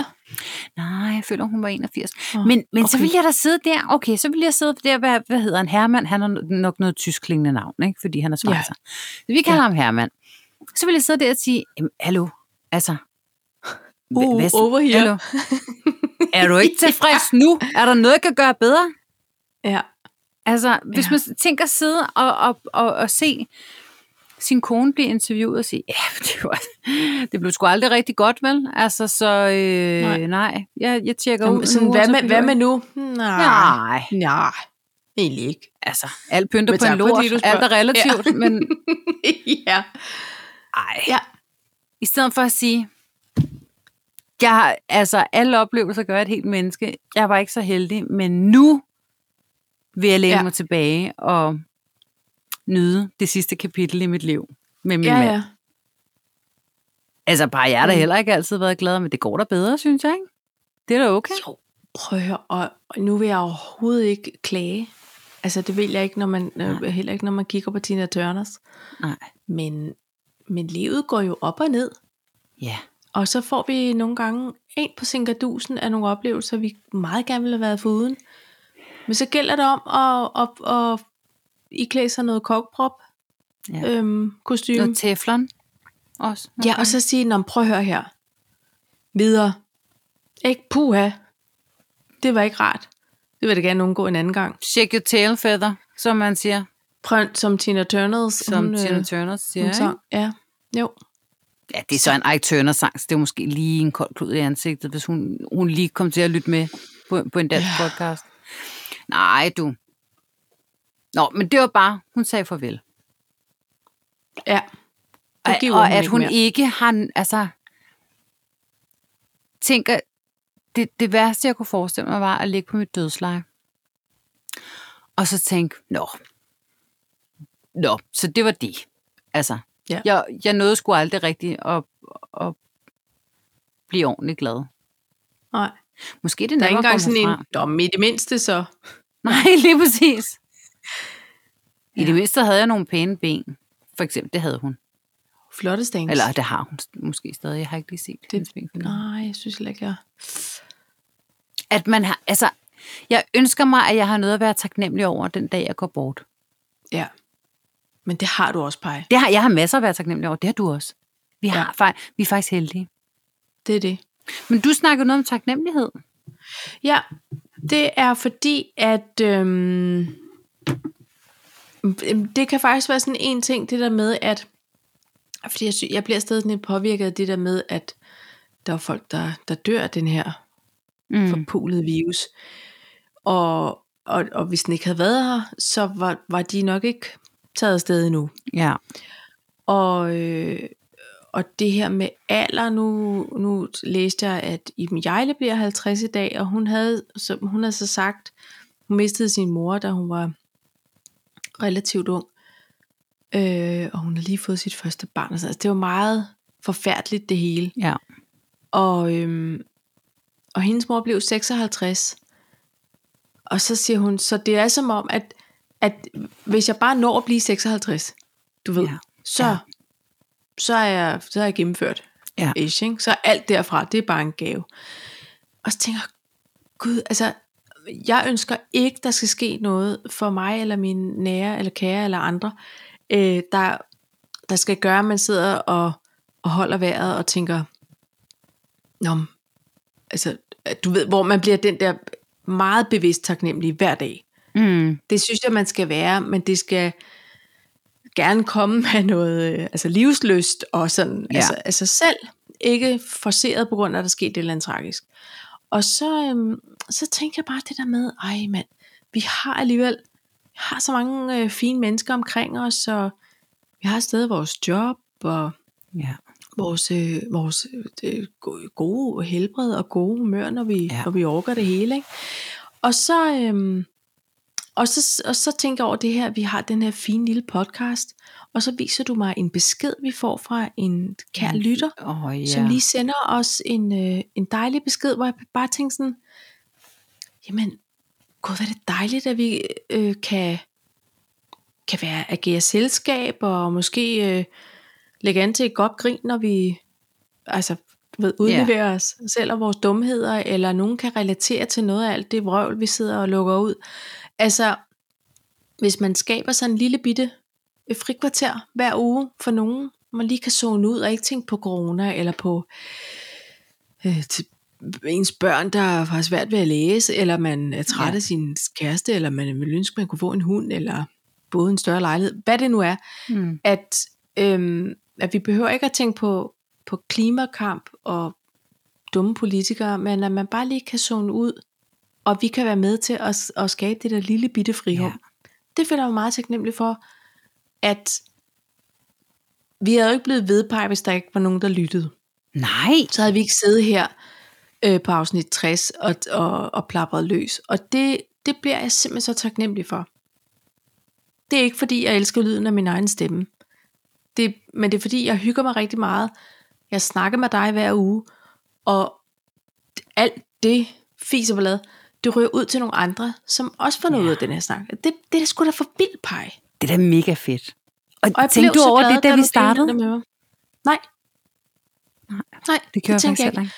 [SPEAKER 1] Nej, jeg føler, hun var 81.
[SPEAKER 2] Åh,
[SPEAKER 1] Oh, men men okay. så
[SPEAKER 2] okay.
[SPEAKER 1] ville jeg da sidde der. Okay, så ville jeg sidde der. Hvad, hvad hedder han? Herman? Han har nok noget tysk klingende navn, ikke? fordi han er
[SPEAKER 2] Ja.
[SPEAKER 1] svejser. Ja. Vi kalder ja. ham Herman. Så ville jeg sidde der og sige, "Jamen, hallo, altså... hva-
[SPEAKER 2] Uh,
[SPEAKER 1] hvad-
[SPEAKER 2] over here."
[SPEAKER 1] hallo. er du ikke tilfreds nu? Er der noget, jeg kan gøre bedre?
[SPEAKER 2] Ja.
[SPEAKER 1] Altså, hvis
[SPEAKER 2] Ja.
[SPEAKER 1] ja. man tænker at sidde og, og, og, og se sin kone blive interviewet og sige, ja, det, var, det blev sgu aldrig rigtig godt, vel? Altså, så øh,
[SPEAKER 2] Nej.
[SPEAKER 1] nej. nej. Jeg, jeg tjekker ud
[SPEAKER 2] Jamen, sådan,
[SPEAKER 1] nu,
[SPEAKER 2] hvad,
[SPEAKER 1] og så
[SPEAKER 2] med, hvad
[SPEAKER 1] behøver
[SPEAKER 2] med
[SPEAKER 1] jeg-
[SPEAKER 2] nu? Nej.
[SPEAKER 1] Nej,
[SPEAKER 2] Nej. Egentlig ikke.
[SPEAKER 1] altså, alt pynter
[SPEAKER 2] Men
[SPEAKER 1] på
[SPEAKER 2] tak,
[SPEAKER 1] en lort,
[SPEAKER 2] fordi du
[SPEAKER 1] alt
[SPEAKER 2] spørger.
[SPEAKER 1] er relativt, ja. men
[SPEAKER 2] ja.
[SPEAKER 1] ej.
[SPEAKER 2] Ja.
[SPEAKER 1] I stedet for at sige, jeg har, altså, alle oplevelser gør et helt menneske. Jeg var ikke så heldig, men nu vil jeg læne
[SPEAKER 2] Ja.
[SPEAKER 1] ja. mig tilbage og nyde det sidste kapitel i mit liv med min
[SPEAKER 2] Ja,
[SPEAKER 1] ja, mand.
[SPEAKER 2] ja.
[SPEAKER 1] Altså, bare jeg har da
[SPEAKER 2] Mm.
[SPEAKER 1] heller ikke altid været glad, men det går da bedre, synes jeg, ikke? Det er da okay.
[SPEAKER 2] Jo, prøv at høre, og og nu vil jeg overhovedet ikke klage. Altså, det vil jeg ikke, når man, øh, heller ikke, når man kigger på Tina Tørners.
[SPEAKER 1] Nej.
[SPEAKER 2] Men, men livet går jo op og ned.
[SPEAKER 1] Ja.
[SPEAKER 2] Og så får vi nogle gange en på sinkadusen af nogle oplevelser, vi meget gerne ville have været foruden. Men så gælder det om at, at, at, at iklæde sig noget kokprop,
[SPEAKER 1] Ja.
[SPEAKER 2] ja. øhm, kostume.
[SPEAKER 1] Noget teflon også.
[SPEAKER 2] Ja, og så sige, Nå, prøv at høre her. Videre. Ikke puha. Det var ikke rart. Det vil jeg da gerne undgå en anden gang.
[SPEAKER 1] Shake your tail feather, som man siger.
[SPEAKER 2] Prøv, som Tina Turners.
[SPEAKER 1] Som
[SPEAKER 2] hun, øh,
[SPEAKER 1] Tina Turner siger,
[SPEAKER 2] hun
[SPEAKER 1] ikke?
[SPEAKER 2] sang. Ja, jo.
[SPEAKER 1] Ja, det er så en Ike Turner sang, så det er jo måske lige en kold klud i ansigtet, hvis hun, hun lige kom til at lytte med på, på en dansk ja. podcast. Nej, du. Nå, men det var bare, hun sagde farvel.
[SPEAKER 2] Ja.
[SPEAKER 1] Og,
[SPEAKER 2] Det giver
[SPEAKER 1] og
[SPEAKER 2] hun
[SPEAKER 1] at
[SPEAKER 2] ikke
[SPEAKER 1] hun
[SPEAKER 2] mere.
[SPEAKER 1] ikke har, altså, tænker, det, det værste, jeg kunne forestille mig, var at ligge på mit dødsleje. Og så tænke, nå, nå, så det var det. Altså,
[SPEAKER 2] Ja.
[SPEAKER 1] jeg, jeg nåede sgu aldrig rigtigt at, at blive ordentligt glad.
[SPEAKER 2] Nej.
[SPEAKER 1] Måske er det
[SPEAKER 2] Der er ikke
[SPEAKER 1] nemmere
[SPEAKER 2] engang
[SPEAKER 1] at
[SPEAKER 2] sådan
[SPEAKER 1] komme
[SPEAKER 2] en,
[SPEAKER 1] fra.
[SPEAKER 2] Nå, men i det mindste så.
[SPEAKER 1] Nej, lige præcis. I
[SPEAKER 2] Ja.
[SPEAKER 1] det mindste havde jeg nogle pæne ben. For eksempel, det havde hun.
[SPEAKER 2] Flotte stængs.
[SPEAKER 1] Eller det har hun st- måske stadig. Jeg har ikke lige set det, hendes ben. for nylig.
[SPEAKER 2] Nej, jeg synes heller ikke, jeg...
[SPEAKER 1] At man har, altså, jeg ønsker mig, at jeg har noget at være taknemmelig over den dag, jeg går bort.
[SPEAKER 2] Ja. Men det har du også, Paj.
[SPEAKER 1] Det har, jeg har masser at være taknemmelig over. Det har du også. Vi, har,
[SPEAKER 2] Ja.
[SPEAKER 1] ja. fej, vi er faktisk heldige.
[SPEAKER 2] Det er det.
[SPEAKER 1] Men du snakkede noget om taknemmelighed.
[SPEAKER 2] Ja, det er fordi, at øhm, det kan faktisk være sådan en ting, det der med, at fordi jeg, sy- jeg bliver stadig lidt påvirket af det der med, at der er folk, der, der dør af den her
[SPEAKER 1] Mm.
[SPEAKER 2] forpulede virus. Og, og, og hvis den ikke havde været her, så var, var de nok ikke taget afsted endnu.
[SPEAKER 1] Ja.
[SPEAKER 2] Og, øh, og det her med alder, nu, nu læste jeg, at Iben Jejle bliver 50 i dag, og hun havde, så, hun havde så sagt, hun mistede sin mor, da hun var relativt ung. Øh, og hun har lige fået sit første barn. og sådan. Altså, det var meget forfærdeligt det hele.
[SPEAKER 1] Ja.
[SPEAKER 2] Og, øhm, og hendes mor blev 56. Og så siger hun, så det er som om, at, at hvis jeg bare når at blive 56, du ved, ja.
[SPEAKER 1] Ja.
[SPEAKER 2] så, ja.
[SPEAKER 1] Ja.
[SPEAKER 2] så, er jeg, så er jeg gennemført.
[SPEAKER 1] Ja.
[SPEAKER 2] Ish, ikke? Så alt derfra, det er bare en gave. Og så tænker jeg, gud, altså, jeg ønsker ikke, der skal ske noget for mig, eller mine nære, eller kære, eller andre, øh, der, der skal gøre, at man sidder og, og holder vejret og tænker, Nå, men, altså, at du ved, hvor man bliver den der meget bevidst taknemmelig hver dag.
[SPEAKER 1] Mm.
[SPEAKER 2] Det synes jeg, man skal være, men det skal gerne komme med noget øh, altså livsløst og sådan, ja.
[SPEAKER 1] Ja.
[SPEAKER 2] altså, altså selv, ikke forceret på grund af, at der skete et eller andet tragisk. Og så, øhm, så tænkte jeg bare det der med, ej mand, vi har alligevel, vi har så mange øh, fine mennesker omkring os, og vi har stadig vores job, og
[SPEAKER 1] Ja.
[SPEAKER 2] vores, øh, vores øh, go- gode helbred og gode humør, når vi, ja.
[SPEAKER 1] Ja.
[SPEAKER 2] når vi orker det hele. Ikke? Og, så, øhm, og, så, og så tænker jeg over det her, vi har den her fine lille podcast, og så viser du mig en besked, vi får fra en kær lytter,
[SPEAKER 1] Åh, ja.
[SPEAKER 2] ja. som lige sender os en, øh, en dejlig besked, hvor jeg bare tænker sådan, jamen, gud, hvor er det dejligt, at vi øh, kan, kan være agere selskab, og måske øh, lægge an til et godt grin, når vi altså, du ved, udleverer yeah. os selv og vores dumheder, eller nogen kan relatere til noget af alt det vrøvl, vi sidder og lukker ud. Altså, hvis man skaber sådan en lille bitte et frikvarter hver uge for nogen, man lige kan zone ud og ikke tænke på corona eller på øh, til ens børn, der har svært ved at læse, eller man er træt
[SPEAKER 1] Ja.
[SPEAKER 2] ja. af sin kæreste, eller man ville ønske, man kunne få en hund, eller både en større lejlighed, hvad det nu er,
[SPEAKER 1] Mm.
[SPEAKER 2] at, øhm, at vi behøver ikke at tænke på, på klimakamp og dumme politikere, men at man bare lige kan zone ud, og vi kan være med til at, at skabe det der lille bitte frirum.
[SPEAKER 1] Ja.
[SPEAKER 2] Ja. Det føler jeg mig meget taknemmelig for, at vi havde jo ikke blevet vedpeget, hvis der ikke var nogen, der lyttede
[SPEAKER 1] Nej.
[SPEAKER 2] så havde vi ikke siddet her øh, på afsnit 60 og, og, og plapret løs. Og det, det bliver jeg simpelthen så taknemmelig for. Det er ikke fordi, jeg elsker lyden af min egen stemme. Det, men det er fordi, jeg hygger mig rigtig meget. Jeg snakker med dig hver uge. Og alt det fis og ballade, det ryger ud til nogle andre, som også får noget ud af den her snak. Det, det er sgu da for vildt, pej.
[SPEAKER 1] Det er da mega fedt. Og,
[SPEAKER 2] Og jeg
[SPEAKER 1] tænkte
[SPEAKER 2] blev
[SPEAKER 1] du
[SPEAKER 2] så
[SPEAKER 1] over
[SPEAKER 2] glad,
[SPEAKER 1] det, da vi
[SPEAKER 2] du grinede
[SPEAKER 1] startede?
[SPEAKER 2] Med mig. Nej. Nej,
[SPEAKER 1] Det gjorde jeg
[SPEAKER 2] tænkte
[SPEAKER 1] faktisk
[SPEAKER 2] ikke.
[SPEAKER 1] heller ikke.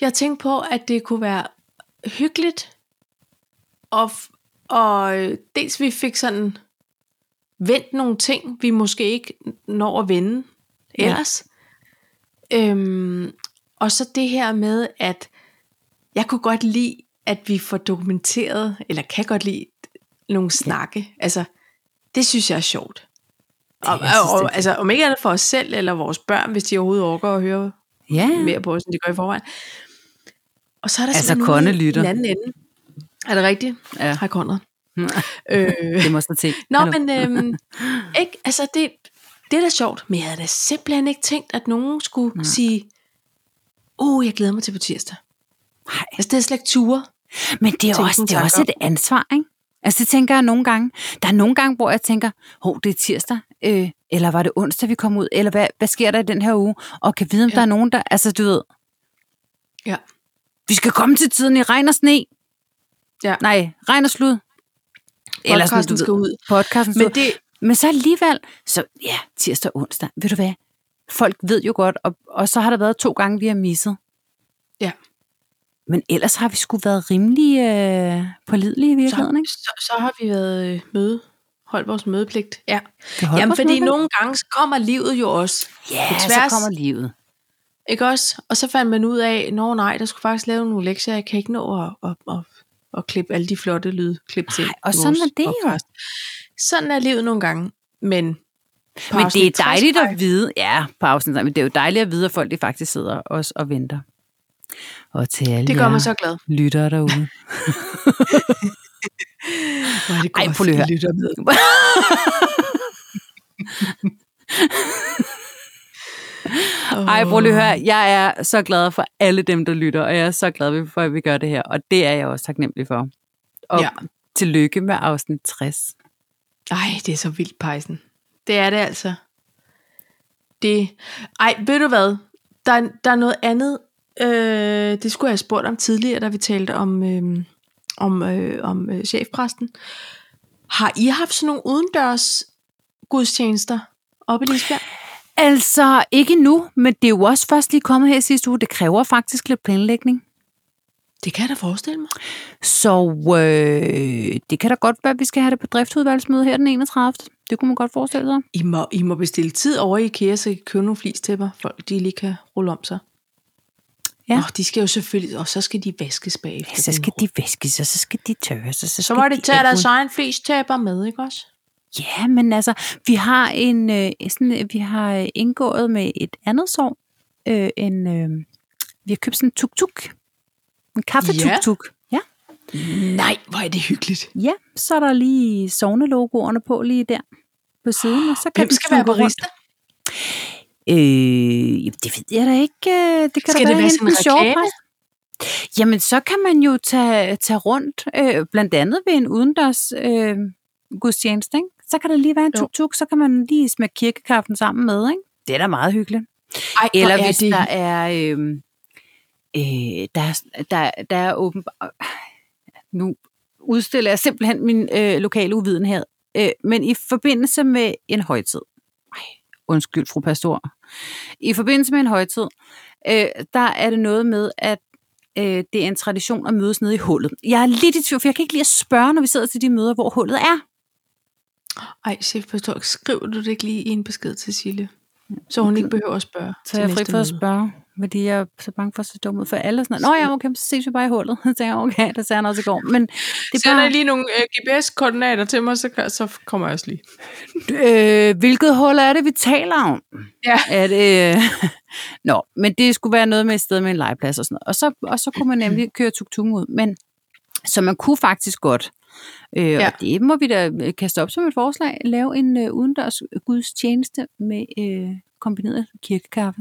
[SPEAKER 2] Jeg tænkte på, at det kunne være hyggeligt, og, f- og øh, dels vi fik sådan vendt nogle ting, vi måske ikke når at vende
[SPEAKER 1] Ja.
[SPEAKER 2] ellers. Ja. Øhm, og så det her med, at jeg kunne godt lide, at vi får dokumenteret, eller kan godt lide nogle snakke. Ja. Altså, det synes jeg er sjovt. Og,
[SPEAKER 1] jeg synes,
[SPEAKER 2] og,
[SPEAKER 1] det er
[SPEAKER 2] og, altså, om ikke andet for os selv eller vores børn, hvis de overhovedet overgår at høre
[SPEAKER 1] Ja.
[SPEAKER 2] mere på os, end de gør i forvejen. Og så er der
[SPEAKER 1] Altså,
[SPEAKER 2] simpelthen
[SPEAKER 1] Conne
[SPEAKER 2] nogen i
[SPEAKER 1] lytter.
[SPEAKER 2] Den anden ende. Er det rigtigt?
[SPEAKER 1] Ja.
[SPEAKER 2] Hej, Conrad. øh,
[SPEAKER 1] Det må jeg så tænke.
[SPEAKER 2] nå,
[SPEAKER 1] Hallo.
[SPEAKER 2] men øhm, ikke, altså det, det er da sjovt, men jeg havde da simpelthen ikke tænkt, at nogen skulle
[SPEAKER 1] Mm.
[SPEAKER 2] Nej. sige, åh, oh, jeg glæder mig til på tirsdag.
[SPEAKER 1] Nej.
[SPEAKER 2] Altså, det er slet ikke ture.
[SPEAKER 1] Men det er
[SPEAKER 2] Tænk
[SPEAKER 1] også,
[SPEAKER 2] en
[SPEAKER 1] det er
[SPEAKER 2] tanke
[SPEAKER 1] også
[SPEAKER 2] om.
[SPEAKER 1] et ansvar, ikke? Altså det tænker jeg nogle gange. Der er nogle gange, hvor jeg tænker, hov, det er tirsdag, øh, eller var det onsdag, vi kom ud, eller hvad, hvad sker der i den her uge? Og kan vide, om ja.
[SPEAKER 2] Ja.
[SPEAKER 1] der er nogen, der... Altså du ved,
[SPEAKER 2] Ja.
[SPEAKER 1] vi skal komme til tiden i regn og sne.
[SPEAKER 2] Ja.
[SPEAKER 1] Nej, regn og slud. Eller sådan, du ved,
[SPEAKER 2] Podcasten skal ud.
[SPEAKER 1] Podcasten skal
[SPEAKER 2] Men
[SPEAKER 1] ud.
[SPEAKER 2] det,
[SPEAKER 1] Men så alligevel, så ja, tirsdag og onsdag, ved du hvad? Folk ved jo godt, og, og så har der været to gange, vi har misset.
[SPEAKER 2] Ja.
[SPEAKER 1] Men ellers har vi sgu været rimelig øh, pålidelige i
[SPEAKER 2] så,
[SPEAKER 1] virkeligheden, ikke?
[SPEAKER 2] så, så har vi været øh, møde, holdt vores mødepligt. Ja.
[SPEAKER 1] Vi holder
[SPEAKER 2] Jamen,
[SPEAKER 1] os
[SPEAKER 2] fordi
[SPEAKER 1] med det.
[SPEAKER 2] nogle gange så kommer livet jo også.
[SPEAKER 1] Ja,
[SPEAKER 2] på
[SPEAKER 1] så
[SPEAKER 2] tværs.
[SPEAKER 1] kommer livet.
[SPEAKER 2] Ikke også? Og så fandt man ud af, nå nej, der skulle faktisk lave nogle lektier, jeg kan ikke nå at, at, at, at klippe alle de flotte lydklip til.
[SPEAKER 1] Nej, og
[SPEAKER 2] i
[SPEAKER 1] sådan
[SPEAKER 2] vores
[SPEAKER 1] er det jo.
[SPEAKER 2] podcast. Sådan er livet nogle gange, men... på
[SPEAKER 1] Men det
[SPEAKER 2] afsnit
[SPEAKER 1] er
[SPEAKER 2] 60,
[SPEAKER 1] dejligt
[SPEAKER 2] ej,
[SPEAKER 1] at vide, ja, på afsnit, men det er jo dejligt at vide, at folk de faktisk sidder også og venter. Og til alle
[SPEAKER 2] Det gør
[SPEAKER 1] jer
[SPEAKER 2] mig så glad.
[SPEAKER 1] lyttere derude.
[SPEAKER 2] Hvor er det
[SPEAKER 1] Ej,
[SPEAKER 2] godt,
[SPEAKER 1] prøv lige at høre.
[SPEAKER 2] I lytter med.
[SPEAKER 1] Ej, prøv lige at høre, jeg er så glad for alle dem, der lytter, og jeg er så glad for, at vi gør det her, og det er jeg også taknemmelig for. Og ja.
[SPEAKER 2] Ja.
[SPEAKER 1] tillykke med afsnit 60.
[SPEAKER 2] Ej, det er så vildt, pejsen. Det er det altså. Det... Ej, ved du hvad? Der, er- der er noget andet, øh, det skulle jeg have spurgt om tidligere, da vi talte om, øh, om, øh, om øh, chefpræsten. Har I haft sådan nogle udendørs gudstjenester oppe i Lisbjerg?
[SPEAKER 1] Altså, ikke nu, men det er jo også først lige kommet her i sidste uge. Det kræver faktisk lidt planlægning.
[SPEAKER 2] Det kan jeg da forestille mig.
[SPEAKER 1] Så øh, det kan da godt være, at vi skal have det på driftudvalgsmøde her den 31. Det kunne man godt forestille sig.
[SPEAKER 2] I må, I må bestille tid over i IKEA, så I kan købe nogle flistæpper, folk de lige kan rulle om sig.
[SPEAKER 1] Ja.
[SPEAKER 2] Ja. Og de skal jo selvfølgelig, og så skal de vaskes bagefter.
[SPEAKER 1] Ja, så skal de væskes, og så skal de tørres. Og så,
[SPEAKER 2] Så
[SPEAKER 1] skal
[SPEAKER 2] må det
[SPEAKER 1] de
[SPEAKER 2] tage
[SPEAKER 1] afrulles.
[SPEAKER 2] deres egen flistæpper med, ikke også?
[SPEAKER 1] Ja, men altså, vi har, en, øh, sådan, vi har øh, indgået med et andet sår. Øh, en, øh, vi har købt sådan en tuk-tuk. En kaffe-tuk-tuk. Ja.
[SPEAKER 2] Nej, hvor er det hyggeligt.
[SPEAKER 1] ja. ja, så er der lige sovnelogoerne på lige der på siden. Og så kan
[SPEAKER 2] Hvem
[SPEAKER 1] den
[SPEAKER 2] skal være
[SPEAKER 1] tukke rundt.
[SPEAKER 2] barista?
[SPEAKER 1] Øh, jamen, det ved jeg da ikke. Øh, Det kan
[SPEAKER 2] Skal
[SPEAKER 1] da være,
[SPEAKER 2] det være
[SPEAKER 1] hende
[SPEAKER 2] sådan en
[SPEAKER 1] den sjove
[SPEAKER 2] reklame?
[SPEAKER 1] præst. Jamen, så kan man jo tage, tage rundt, øh, blandt andet ved en udendørs øh, gudstjeneste, ikke? Så kan der lige være en
[SPEAKER 2] Jo.
[SPEAKER 1] tuk-tuk, så kan man lige smage kirkekaffen sammen med, ikke? Det er da meget hyggeligt.
[SPEAKER 2] Ej, hvor
[SPEAKER 1] Eller
[SPEAKER 2] er
[SPEAKER 1] hvis
[SPEAKER 2] det
[SPEAKER 1] der er... Øh, øh, der, er- der, der er åbenbart... Nu udstiller jeg simpelthen min øh, lokale uvidenhed. Øh, men i forbindelse med en højtid. Ej, undskyld, fru Pastor. I forbindelse med en højtid, øh, der er det noget med, at øh, det er en tradition at mødes nede i hullet. Jeg er lidt i tvivl, for jeg kan ikke lige at spørge, når vi sidder til de møder, hvor hullet er.
[SPEAKER 2] Ej, chef Pastor, skriver du det ikke lige i en besked til Sille? Så hun ikke behøver at spørge
[SPEAKER 1] Så jeg er fri for at
[SPEAKER 2] møde.
[SPEAKER 1] spørge. fordi jeg er så bange for at se dum ud for alle. og Sådan, noget. Nå ja, okay, så ses vi bare i hullet. Så tænker jeg, okay, der sagde han også i går. Men det er
[SPEAKER 2] Send
[SPEAKER 1] bare,
[SPEAKER 2] dig lige nogle øh, GPS-koordinater til mig, så, kan- så kommer jeg også lige.
[SPEAKER 1] øh, hvilket hul er det, vi taler om?
[SPEAKER 2] Ja.
[SPEAKER 1] Er det, øh... Nå, men det skulle være noget med et sted med en legeplads og sådan noget. Og så, og så kunne man nemlig køre tuk ud. Men, så man kunne faktisk godt, øh, ja.
[SPEAKER 2] Ja.
[SPEAKER 1] og det må vi da øh, kaste op som et forslag, lave en øh, udendørs gudstjeneste med øh, kombineret kirkekaffe.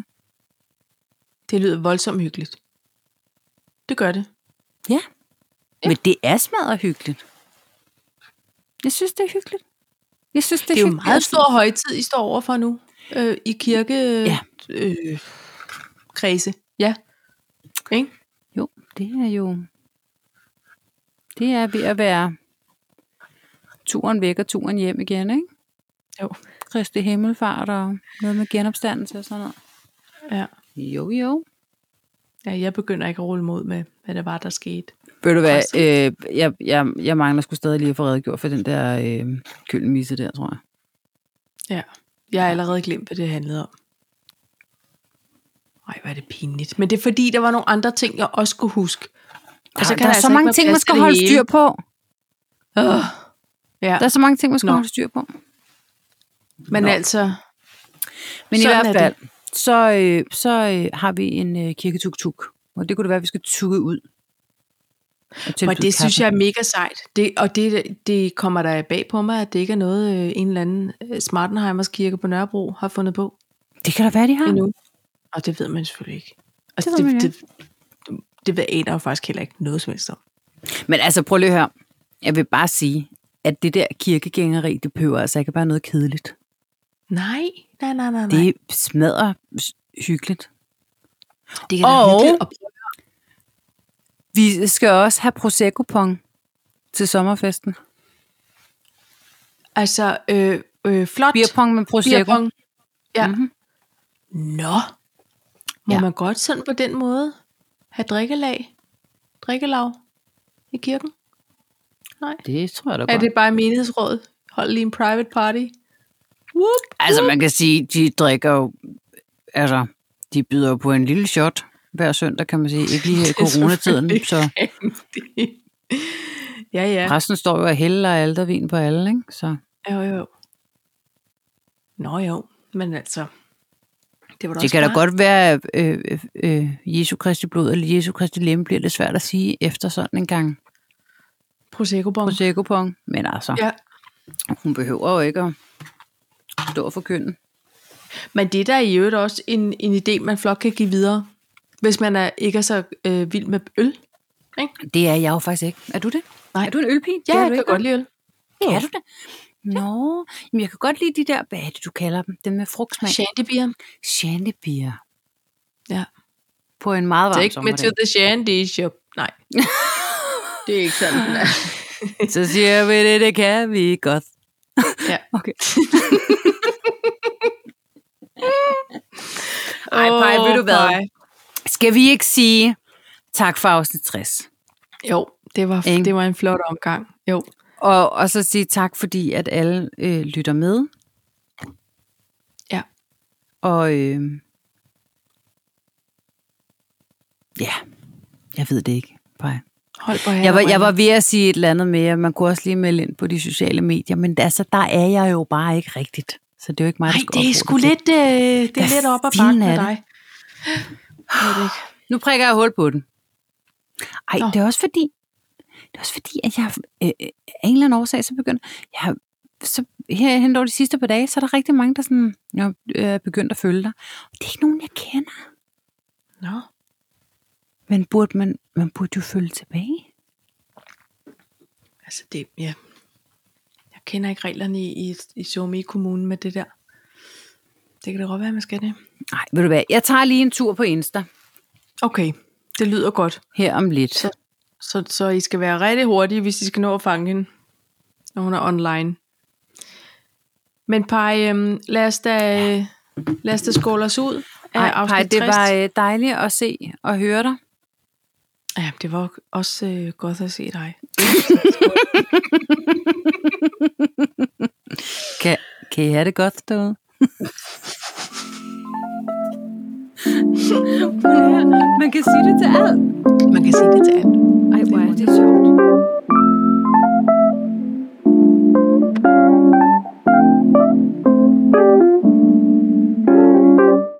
[SPEAKER 2] Det lyder voldsomt hyggeligt. Det gør det.
[SPEAKER 1] Ja. Men det er smadret hyggeligt. Jeg synes, det er hyggeligt. Jeg synes, det er,
[SPEAKER 2] Det er jo
[SPEAKER 1] hyggeligt.
[SPEAKER 2] meget stor højtid, I står overfor nu. Øh, I kirke...
[SPEAKER 1] Ja.
[SPEAKER 2] Øh, kredse. Ja. Ikke?
[SPEAKER 1] Jo, det er jo... Det er ved at være turen væk og turen hjem igen, ikke?
[SPEAKER 2] Jo.
[SPEAKER 1] Kristi himmelfart og noget med genopstandelse og sådan noget.
[SPEAKER 2] Ja.
[SPEAKER 1] Jo, jo.
[SPEAKER 2] ja. Jeg begynder ikke at rulle mod med, hvad det var, der skete.
[SPEAKER 1] Ved du hvad,
[SPEAKER 2] Præcis.
[SPEAKER 1] øh, jeg, jeg, jeg mangler sgu stadig lige at få redegjort for den der øh, kølmisse der, tror jeg.
[SPEAKER 2] Ja. Jeg har allerede glemt, hvad det handlede om. Nej, hvor er det pinligt. Men det er fordi, der var nogle andre ting, jeg også kunne huske.
[SPEAKER 1] Der, så
[SPEAKER 2] kan
[SPEAKER 1] der er
[SPEAKER 2] altså
[SPEAKER 1] så
[SPEAKER 2] ikke
[SPEAKER 1] mange
[SPEAKER 2] være
[SPEAKER 1] ting, man
[SPEAKER 2] plads til
[SPEAKER 1] skal
[SPEAKER 2] det
[SPEAKER 1] holde
[SPEAKER 2] hele.
[SPEAKER 1] styr på.
[SPEAKER 2] Øh, ja,
[SPEAKER 1] Der er så mange ting, man skal
[SPEAKER 2] Nå.
[SPEAKER 1] holde styr på.
[SPEAKER 2] men
[SPEAKER 1] Nå.
[SPEAKER 2] altså...
[SPEAKER 1] Men i
[SPEAKER 2] Sådan
[SPEAKER 1] hvert
[SPEAKER 2] er
[SPEAKER 1] fald, så, øh, så øh, har vi en øh, kirketuk-tuk. Og det kunne det være, at vi skal tukke ud. Og
[SPEAKER 2] Og det synes jeg er mega sejt. Det, og det, det kommer der bag på mig, at det ikke er noget, øh, en eller anden øh, Smartenheimers kirke på Nørrebro har fundet på
[SPEAKER 1] Det kan da være, de har.
[SPEAKER 2] endnu. Og det ved man selvfølgelig ikke. Altså,
[SPEAKER 1] Det
[SPEAKER 2] det,
[SPEAKER 1] ved man
[SPEAKER 2] det, det, det ved en jo faktisk heller ikke noget som helst om.
[SPEAKER 1] Men altså, prøv lige at høre. Jeg vil bare sige, at det der kirkegængeri, det behøver altså ikke at være noget kedeligt.
[SPEAKER 2] Nej, nej, nej, nej. nej.
[SPEAKER 1] Det smadrer s- hyggeligt.
[SPEAKER 2] det kan da
[SPEAKER 1] og-
[SPEAKER 2] være hyggeligt at prøve.
[SPEAKER 1] Vi skal også have prosecco til sommerfesten.
[SPEAKER 2] Altså, øh, øh, flot.
[SPEAKER 1] Beerpong med prosecco.
[SPEAKER 2] Beerpong. Ja.
[SPEAKER 1] Mhm.
[SPEAKER 2] Mm-hmm. Nå. Må
[SPEAKER 1] Ja.
[SPEAKER 2] ja. man godt sådan på den måde have drikkelag, drikkelag i kirken? Nej.
[SPEAKER 1] Det tror jeg da
[SPEAKER 2] Er
[SPEAKER 1] godt. Det...
[SPEAKER 2] det bare menighedsrådet? Hold lige en private party. Whoop.
[SPEAKER 1] Altså, man kan sige, de drikker jo... Altså, de byder jo på en lille shot hver søndag, kan man sige. Ikke lige her i
[SPEAKER 2] Det er
[SPEAKER 1] coronatiden,
[SPEAKER 2] selvfølgelig
[SPEAKER 1] så...
[SPEAKER 2] rigtigt. ja, ja.
[SPEAKER 1] Præsten står jo og hælder aldervin på alle, ikke? Så
[SPEAKER 2] Jo, jo. Nå jo, men altså... Det, var da
[SPEAKER 1] det
[SPEAKER 2] også
[SPEAKER 1] kan da
[SPEAKER 2] smart.
[SPEAKER 1] godt være, at øh, øh, øh, Jesu Kristi blod eller Jesu Kristi lem bliver lidt svært at sige efter sådan en gang
[SPEAKER 2] prosecco -bong.
[SPEAKER 1] prosecco Men altså, ja.
[SPEAKER 2] Ja.
[SPEAKER 1] hun behøver jo ikke at stå og forkynde.
[SPEAKER 2] Men det der er i øvrigt også en, en idé, man flot kan give videre, hvis man er, ikke er så øh, vild med øl. Ikke?
[SPEAKER 1] Det er jeg jo faktisk ikke. Er du det?
[SPEAKER 2] Nej.
[SPEAKER 1] Er du en ølpige?
[SPEAKER 2] Ja,
[SPEAKER 1] det er
[SPEAKER 2] jeg
[SPEAKER 1] du
[SPEAKER 2] kan
[SPEAKER 1] ikke,
[SPEAKER 2] godt lide øl.
[SPEAKER 1] vel? Kan du det? Nå, jamen jeg kan godt lide de der, hvad er det, du kalder dem? Dem med frugtsmag.
[SPEAKER 2] Shandybier.
[SPEAKER 1] Shandybier.
[SPEAKER 2] Ja.
[SPEAKER 1] På en meget varm
[SPEAKER 2] Take me to
[SPEAKER 1] sommerdag.
[SPEAKER 2] the shandy shop. Nej. det er ikke sådan, den er.
[SPEAKER 1] Så siger vi det, det kan vi godt.
[SPEAKER 2] Ja.
[SPEAKER 1] Okay. Ej, Paj, ved du
[SPEAKER 2] Åh,
[SPEAKER 1] hvad?
[SPEAKER 2] Paj.
[SPEAKER 1] Skal vi ikke sige tak for afsnit 60?
[SPEAKER 2] Jo, det var,
[SPEAKER 1] Ikke?
[SPEAKER 2] det var en flot omgang. Jo.
[SPEAKER 1] Og, og så sige tak, fordi at alle øh, lytter med.
[SPEAKER 2] Ja.
[SPEAKER 1] Og øh, ja, jeg ved det ikke. Paj.
[SPEAKER 2] Hold på
[SPEAKER 1] Jeg var, jeg var ved at sige et eller andet med, at man kunne også lige melde ind på de sociale medier, men altså, der er jeg jo bare ikke rigtigt. Så det er jo ikke mig, der
[SPEAKER 2] Nej,
[SPEAKER 1] skal
[SPEAKER 2] det er
[SPEAKER 1] opfordre
[SPEAKER 2] sgu
[SPEAKER 1] til.
[SPEAKER 2] lidt, øh, det er
[SPEAKER 1] Hvad
[SPEAKER 2] lidt op ad
[SPEAKER 1] filen
[SPEAKER 2] bakken
[SPEAKER 1] er
[SPEAKER 2] med
[SPEAKER 1] det?
[SPEAKER 2] dig. Jeg ved det ikke.
[SPEAKER 1] Nu prikker jeg hul på den. Ej,
[SPEAKER 2] Nå.
[SPEAKER 1] det er også fordi, det er også fordi, at jeg øh, øh, af en eller anden årsag, så begynder, jeg, har- så her hen over de sidste par dage, så er der rigtig mange, der sådan, jeg øh, er begyndt at følge dig. Og det er ikke nogen, jeg kender.
[SPEAKER 2] Nå.
[SPEAKER 1] Men burde man, man burde jo følge tilbage.
[SPEAKER 2] Altså det, ja. Jeg kender ikke reglerne i, i, i Suomi kommunen med det der. Det kan da godt være, man skal det.
[SPEAKER 1] Nej, ved du hvad, jeg tager lige en tur på Insta
[SPEAKER 2] Okay, det lyder godt.
[SPEAKER 1] her om lidt.
[SPEAKER 2] Så- Så, så I skal være rigtig hurtige, hvis I skal nå at fange hende, når hun er online. Men Paj, øhm, lad os da, øh, lad os da skåle os ud af
[SPEAKER 1] Ej,
[SPEAKER 2] afsnit
[SPEAKER 1] Paj, det
[SPEAKER 2] 60.
[SPEAKER 1] var øh, dejligt at se og høre dig.
[SPEAKER 2] Ja, det var også øh, godt at se dig.
[SPEAKER 1] Kan, kan I have det godt derude?
[SPEAKER 2] Man kan sige det til alt.
[SPEAKER 1] Man kan sige det til alt.
[SPEAKER 2] Ej, hvor er det sjovt.